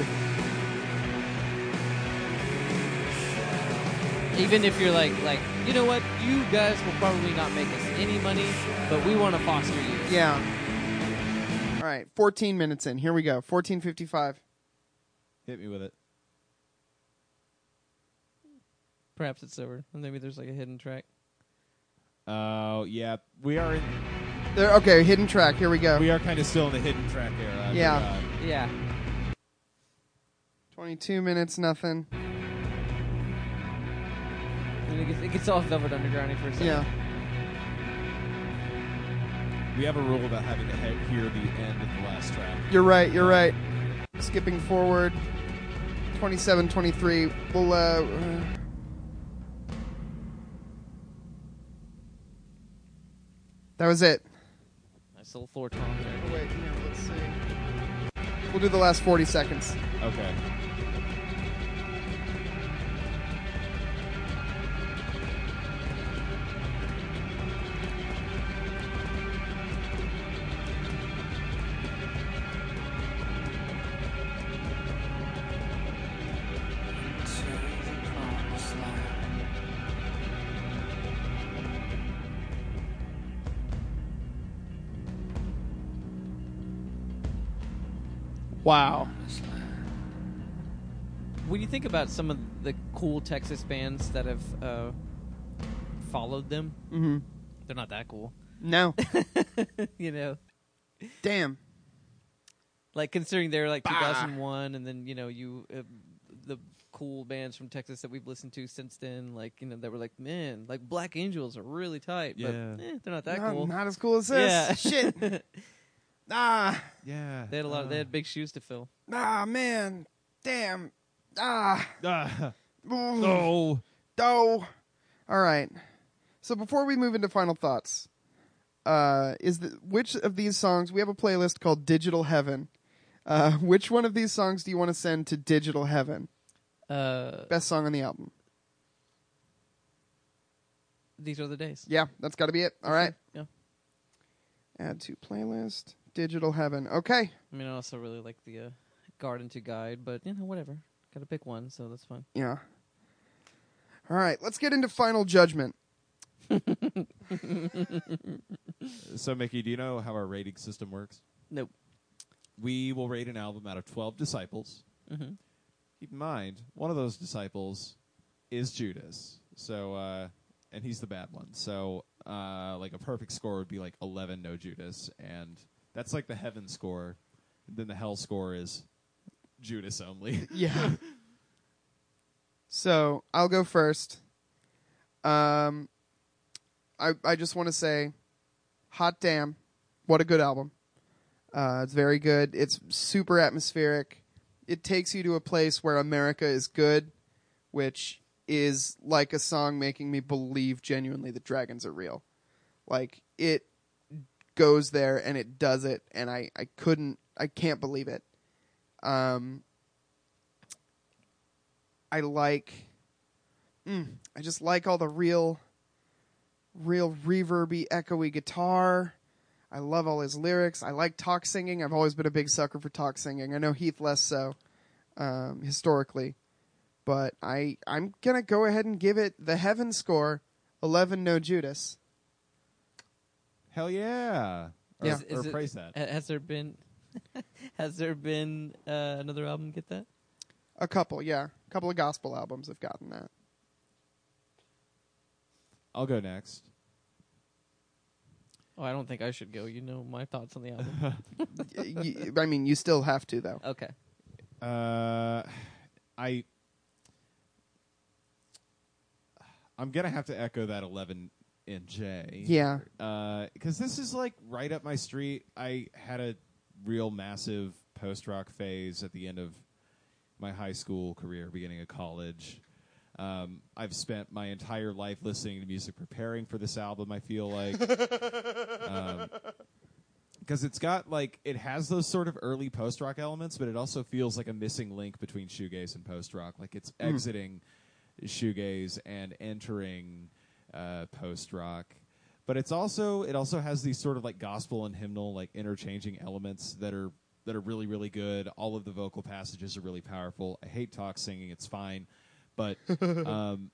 G: Even if you're like like you know what, you guys will probably not make us any money, but we want to foster you.
B: Yeah. All right, 14 minutes in. Here we go. 1455.
O: Hit me with it.
G: Perhaps it's over, and maybe there's like a hidden track.
O: Oh yeah, we are in,
B: There okay, hidden track. Here we go.
O: we are kind of still in the hidden track era. uh, I
B: Yeah.
O: forgot.
G: Yeah.
B: 22 minutes nothing.
G: And it gets, it gets all Velvet Underground for a second.
B: Yeah.
O: We have a rule about having to he- hear the end of the last track.
B: You're right. You're right. Skipping forward. 27, 23. We'll, uh, uh, That was it.
G: Nice little floor tom there.
B: Oh, wait, no, let's see. We'll do the last 40 seconds.
O: Okay.
B: Wow.
G: When you think about some of the cool Texas bands that have uh, followed them,
B: Mm-hmm.
G: they're not that cool.
B: No.
G: you know,
B: Damn.
G: like considering they're like 2001, and then you know you uh, the cool bands from Texas that we've listened to since then, like you know that were like man, like Black Angels are really tight,
O: Yeah.
G: but eh, they're not that
B: not,
G: cool.
B: not as cool as this.
G: Yeah.
B: Shit. ah.
O: Yeah.
G: They had a lot. Of,
B: uh.
G: they had big shoes to fill.
B: Ah, man. Damn. Ah.
O: Ah,
B: Ooh.
O: oh.
B: Oh. All right. So before we move into final thoughts, uh, is the, which of these songs we have a playlist called Digital Heaven? Uh, which one of these songs do you want to send to Digital Heaven?
G: Uh,
B: Best song on the album.
G: these are the days.
B: Yeah, that's got to be it. All right.
G: Yeah.
B: Add to playlist. Digital Heaven. Okay.
G: I mean, I also really like the uh, Garden to Guide, but you know, whatever. Got to pick one, so that's fine.
B: Yeah. All right, let's get into Final Judgment.
A: So, Mickey, do you know how our rating system works?
G: Nope.
A: We will rate an album out of 12 disciples.
G: Mhm.
A: Keep in mind, one of those disciples is Judas. So, uh, and he's the bad one. So, uh, like a perfect score would be like 11, no Judas. And that's like the heaven score. Then the hell score is Judas only.
P: Yeah.
B: So I'll go first. Um, I I just want to say, hot damn, what a good album. Uh, it's very good. It's super atmospheric. It takes you to a place where America is good, which is like a song making me believe genuinely that dragons are real. Like it goes there and it does it, and I I couldn't I can't believe it. Um, I like. Mm, I just like all the real, real reverby, echoey guitar. I love all his lyrics. I like talk singing. I've always been a big sucker for talk singing. I know Heath less so, um, historically, but I I'm gonna go ahead and give it the Heaven score, eleven no Judas.
A: hell yeah. Or,
B: Yeah.
A: or
G: it-
A: praise that.
G: ha- Has there been? has there been uh, another album get that?
B: A couple, yeah, a couple of gospel albums have gotten that.
A: I'll go next.
G: Oh, I don't think I should go. You know my thoughts on the album.
B: Y- y- I mean, you still have to though.
G: okay.
A: Uh, I I'm gonna have to echo that 11 in J.
B: Yeah.
A: because this is like right up my street. I had a real massive post rock phase at the end of my high school career, beginning of college. Um, I've spent my entire life listening to music, preparing for this album. I feel like because it's got like it has those sort of early post rock elements, but it also feels like a missing link between shoegaze and post rock. Like it's exiting shoegaze and entering uh, post rock, but it's also it also has these sort of like gospel and hymnal like interchanging elements that are that are really really good. All of the vocal passages are really powerful. I hate talk singing; it's fine, but um,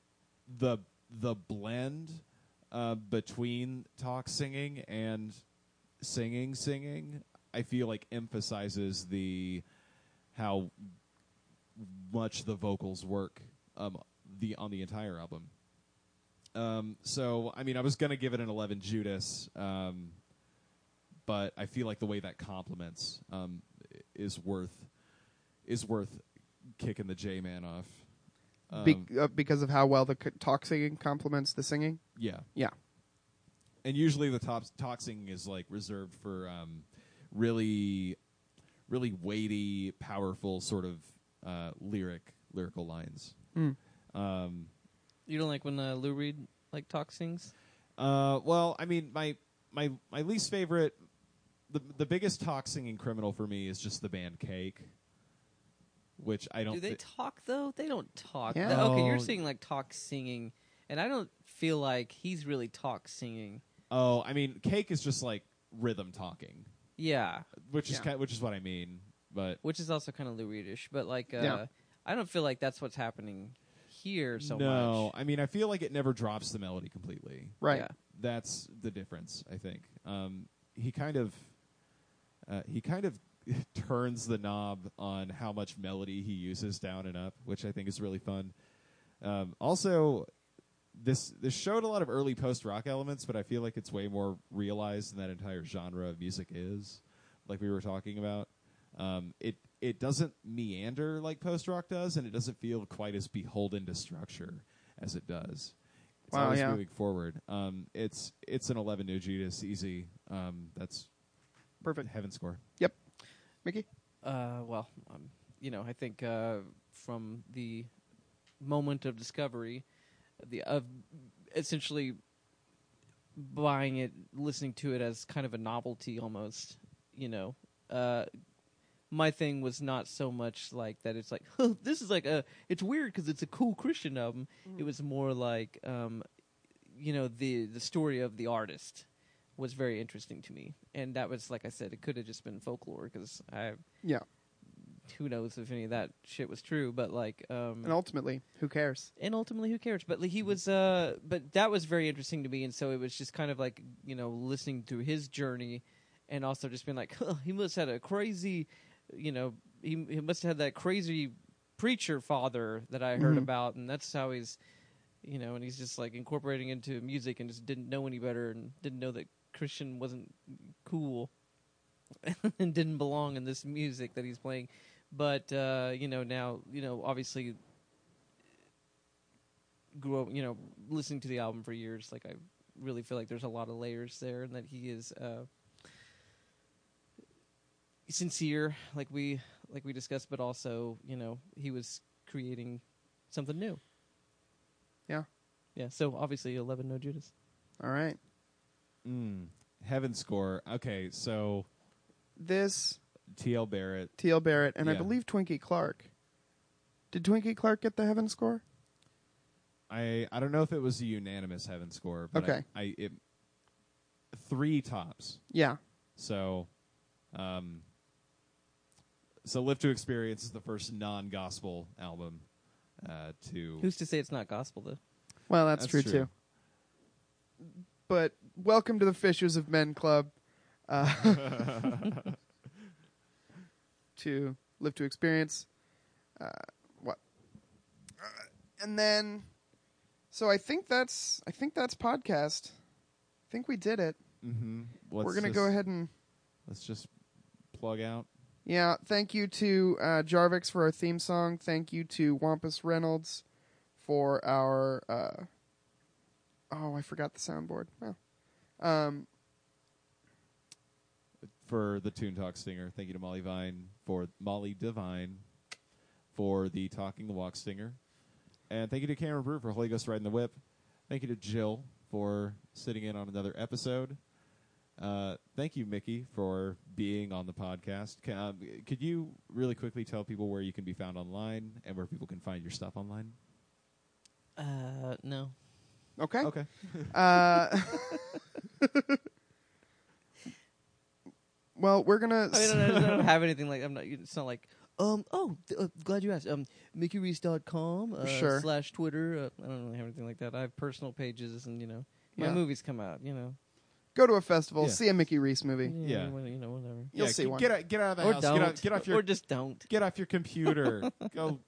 A: the the blend uh, between talk singing and singing singing i feel like emphasizes the how much the vocals work um the on the entire album um so i mean i was gonna give it an 11 judas um but i feel like the way that complements um is worth is worth kicking the j man off um,
B: Be- uh, because of how well the c- talk singing complements the singing.
A: yeah
B: Yeah.
A: and usually the top toxing is like reserved for um, really really weighty powerful sort of uh, lyric lyrical lines um,
G: You don't like when uh, Lou Reed like talk sings?
A: uh, well i mean my my my least favorite the the biggest toxing in criminal for me is just the band cake which i don't
G: Do they
A: thi-
G: talk though? They don't talk.
B: Yeah.
G: though. Okay, you're
A: No.
G: saying like talk singing, and I don't feel like he's really talk singing.
A: oh i mean cake is just like rhythm talking
G: Yeah,
A: which is
B: Yeah.
A: ki- which is what i mean but
G: which is also kind of Lou Reedish, but like uh,
B: Yeah.
G: I don't feel like that's what's happening here so
A: no
G: much.
A: i mean i feel like it never drops the melody completely
B: Right.
G: Yeah.
A: that's the difference i think um, he kind of uh, he kind of turns the knob on how much melody he uses down and up which i think is really fun um, also this this showed a lot of early post rock elements but i feel like it's way more realized than that entire genre of music is like we were talking about um, it it doesn't meander like post rock does and it doesn't feel quite as beholden to structure as it does it's
B: Wow,
A: always
B: yeah.
A: moving forward. Um, it's it's an eleven new Judas easy. Um, that's
B: Perfect.
A: heaven score.
B: Yep. Mickey.
G: Uh, well, um, you know, I think uh, from the moment of discovery, the of essentially buying it, listening to it as kind of a novelty almost. You know, uh, my thing was not so much like that. It's like this is like a it's weird because it's a cool Christian album. It was more like um, you know the the story of the artist was very interesting to me, and that was like I said, it could have just been folklore because I
B: Yeah.
G: who knows if any of that shit was true, but like um
B: And ultimately, who cares?
G: and ultimately who cares but he was uh but that was very interesting to me and so it was just kind of like you know listening to his journey and also just being like oh, he must have had a crazy you know he, he must have had that crazy preacher father that i heard
B: Mhm.
G: about and that's how he's you know and he's just like incorporating into music and just didn't know any better and didn't know that christian wasn't cool and didn't belong in this music that he's playing but uh you know now you know obviously grew up, you know, listening to the album for years, like I really feel like there's a lot of layers there and that he is uh sincere, like we like we discussed, but also, you know, he was creating something new.
B: Yeah.
G: Yeah, so obviously eleven no Judas.
B: All right.
A: Mm. Heaven score. Okay, so
B: This
A: TL Barrett.
B: T.L. Barrett and I
A: Yeah.
B: believe Twinkie Clark. Did Twinkie Clark get the heaven score?
A: I I don't know if it was a unanimous heaven score, but
B: Okay.
A: I, I it three tops.
B: Yeah.
A: So, um, so Live to Experience is the first non-gospel album uh, to.
G: Who's to say it's not gospel though?
B: Well, that's,
A: That's
B: true,
A: true.
B: too. But welcome to the Fishers of Men Club. Uh, to live to experience. Uh, what? Uh, and then, so I think that's I think that's podcast. I think we did it.
A: Mm-hmm.
B: We're gonna go ahead and
A: Let's just plug out.
B: Yeah, thank you to uh, Jarvix for our theme song. Thank you to Wampus Reynolds for our. Uh, oh, I forgot the soundboard. Well, um,
A: for the Toon Talk Stinger. Thank you to Molly Vine for Molly Divine for the Talking the Walk Stinger. And thank you to Cameron Brew for Holy Ghost Riding the Whip. Thank you to Jill for sitting in on another episode. Uh, thank you, Mickey, for being on the podcast. C- um, could you really quickly tell people where you can be found online and where people can find your stuff online?
G: Uh no.
B: okay.
A: Okay.
B: Uh, well, we're gonna.
G: I, mean, I, don't, I don't have anything like I'm not it's not like um oh th- uh, glad you asked um mickeyreese.com uh,
B: Sure.
G: slash twitter uh, I don't really have anything like that. I have personal pages and you know my
B: Yeah.
G: movies come out, you know.
B: go to a festival,
A: Yeah.
B: see a Mickey Reese movie.
A: Yeah.
G: whatever, You know, whatever.
B: You'll
A: Yeah,
B: see
A: g-
B: one.
A: Get out, get out of the
G: Or
A: house.
G: don't.
A: Get out, get off your
G: or just don't.
A: get off your computer. go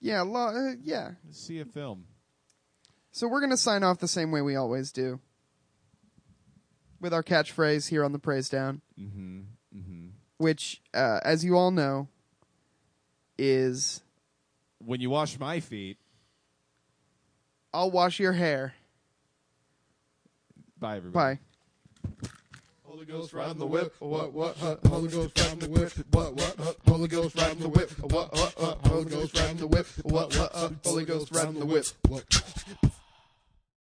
B: Yeah, lo- uh, yeah.
A: see a film.
B: So we're gonna sign off the same way we always do, with our catchphrase here on the Praise Down.
A: Mm-hmm. Mm-hmm.
B: which, uh, as you all know, is
A: When you wash my feet.
B: I'll wash your hair.
A: Bye, everybody.
B: Bye.
Q: Holy Ghost riding the whip, what what huh? Holy Ghost riding the whip, what what huh? Holy Ghost riding the whip, what what huh? Holy Ghost riding the whip, what what huh? Holy Ghost riding the whip, what?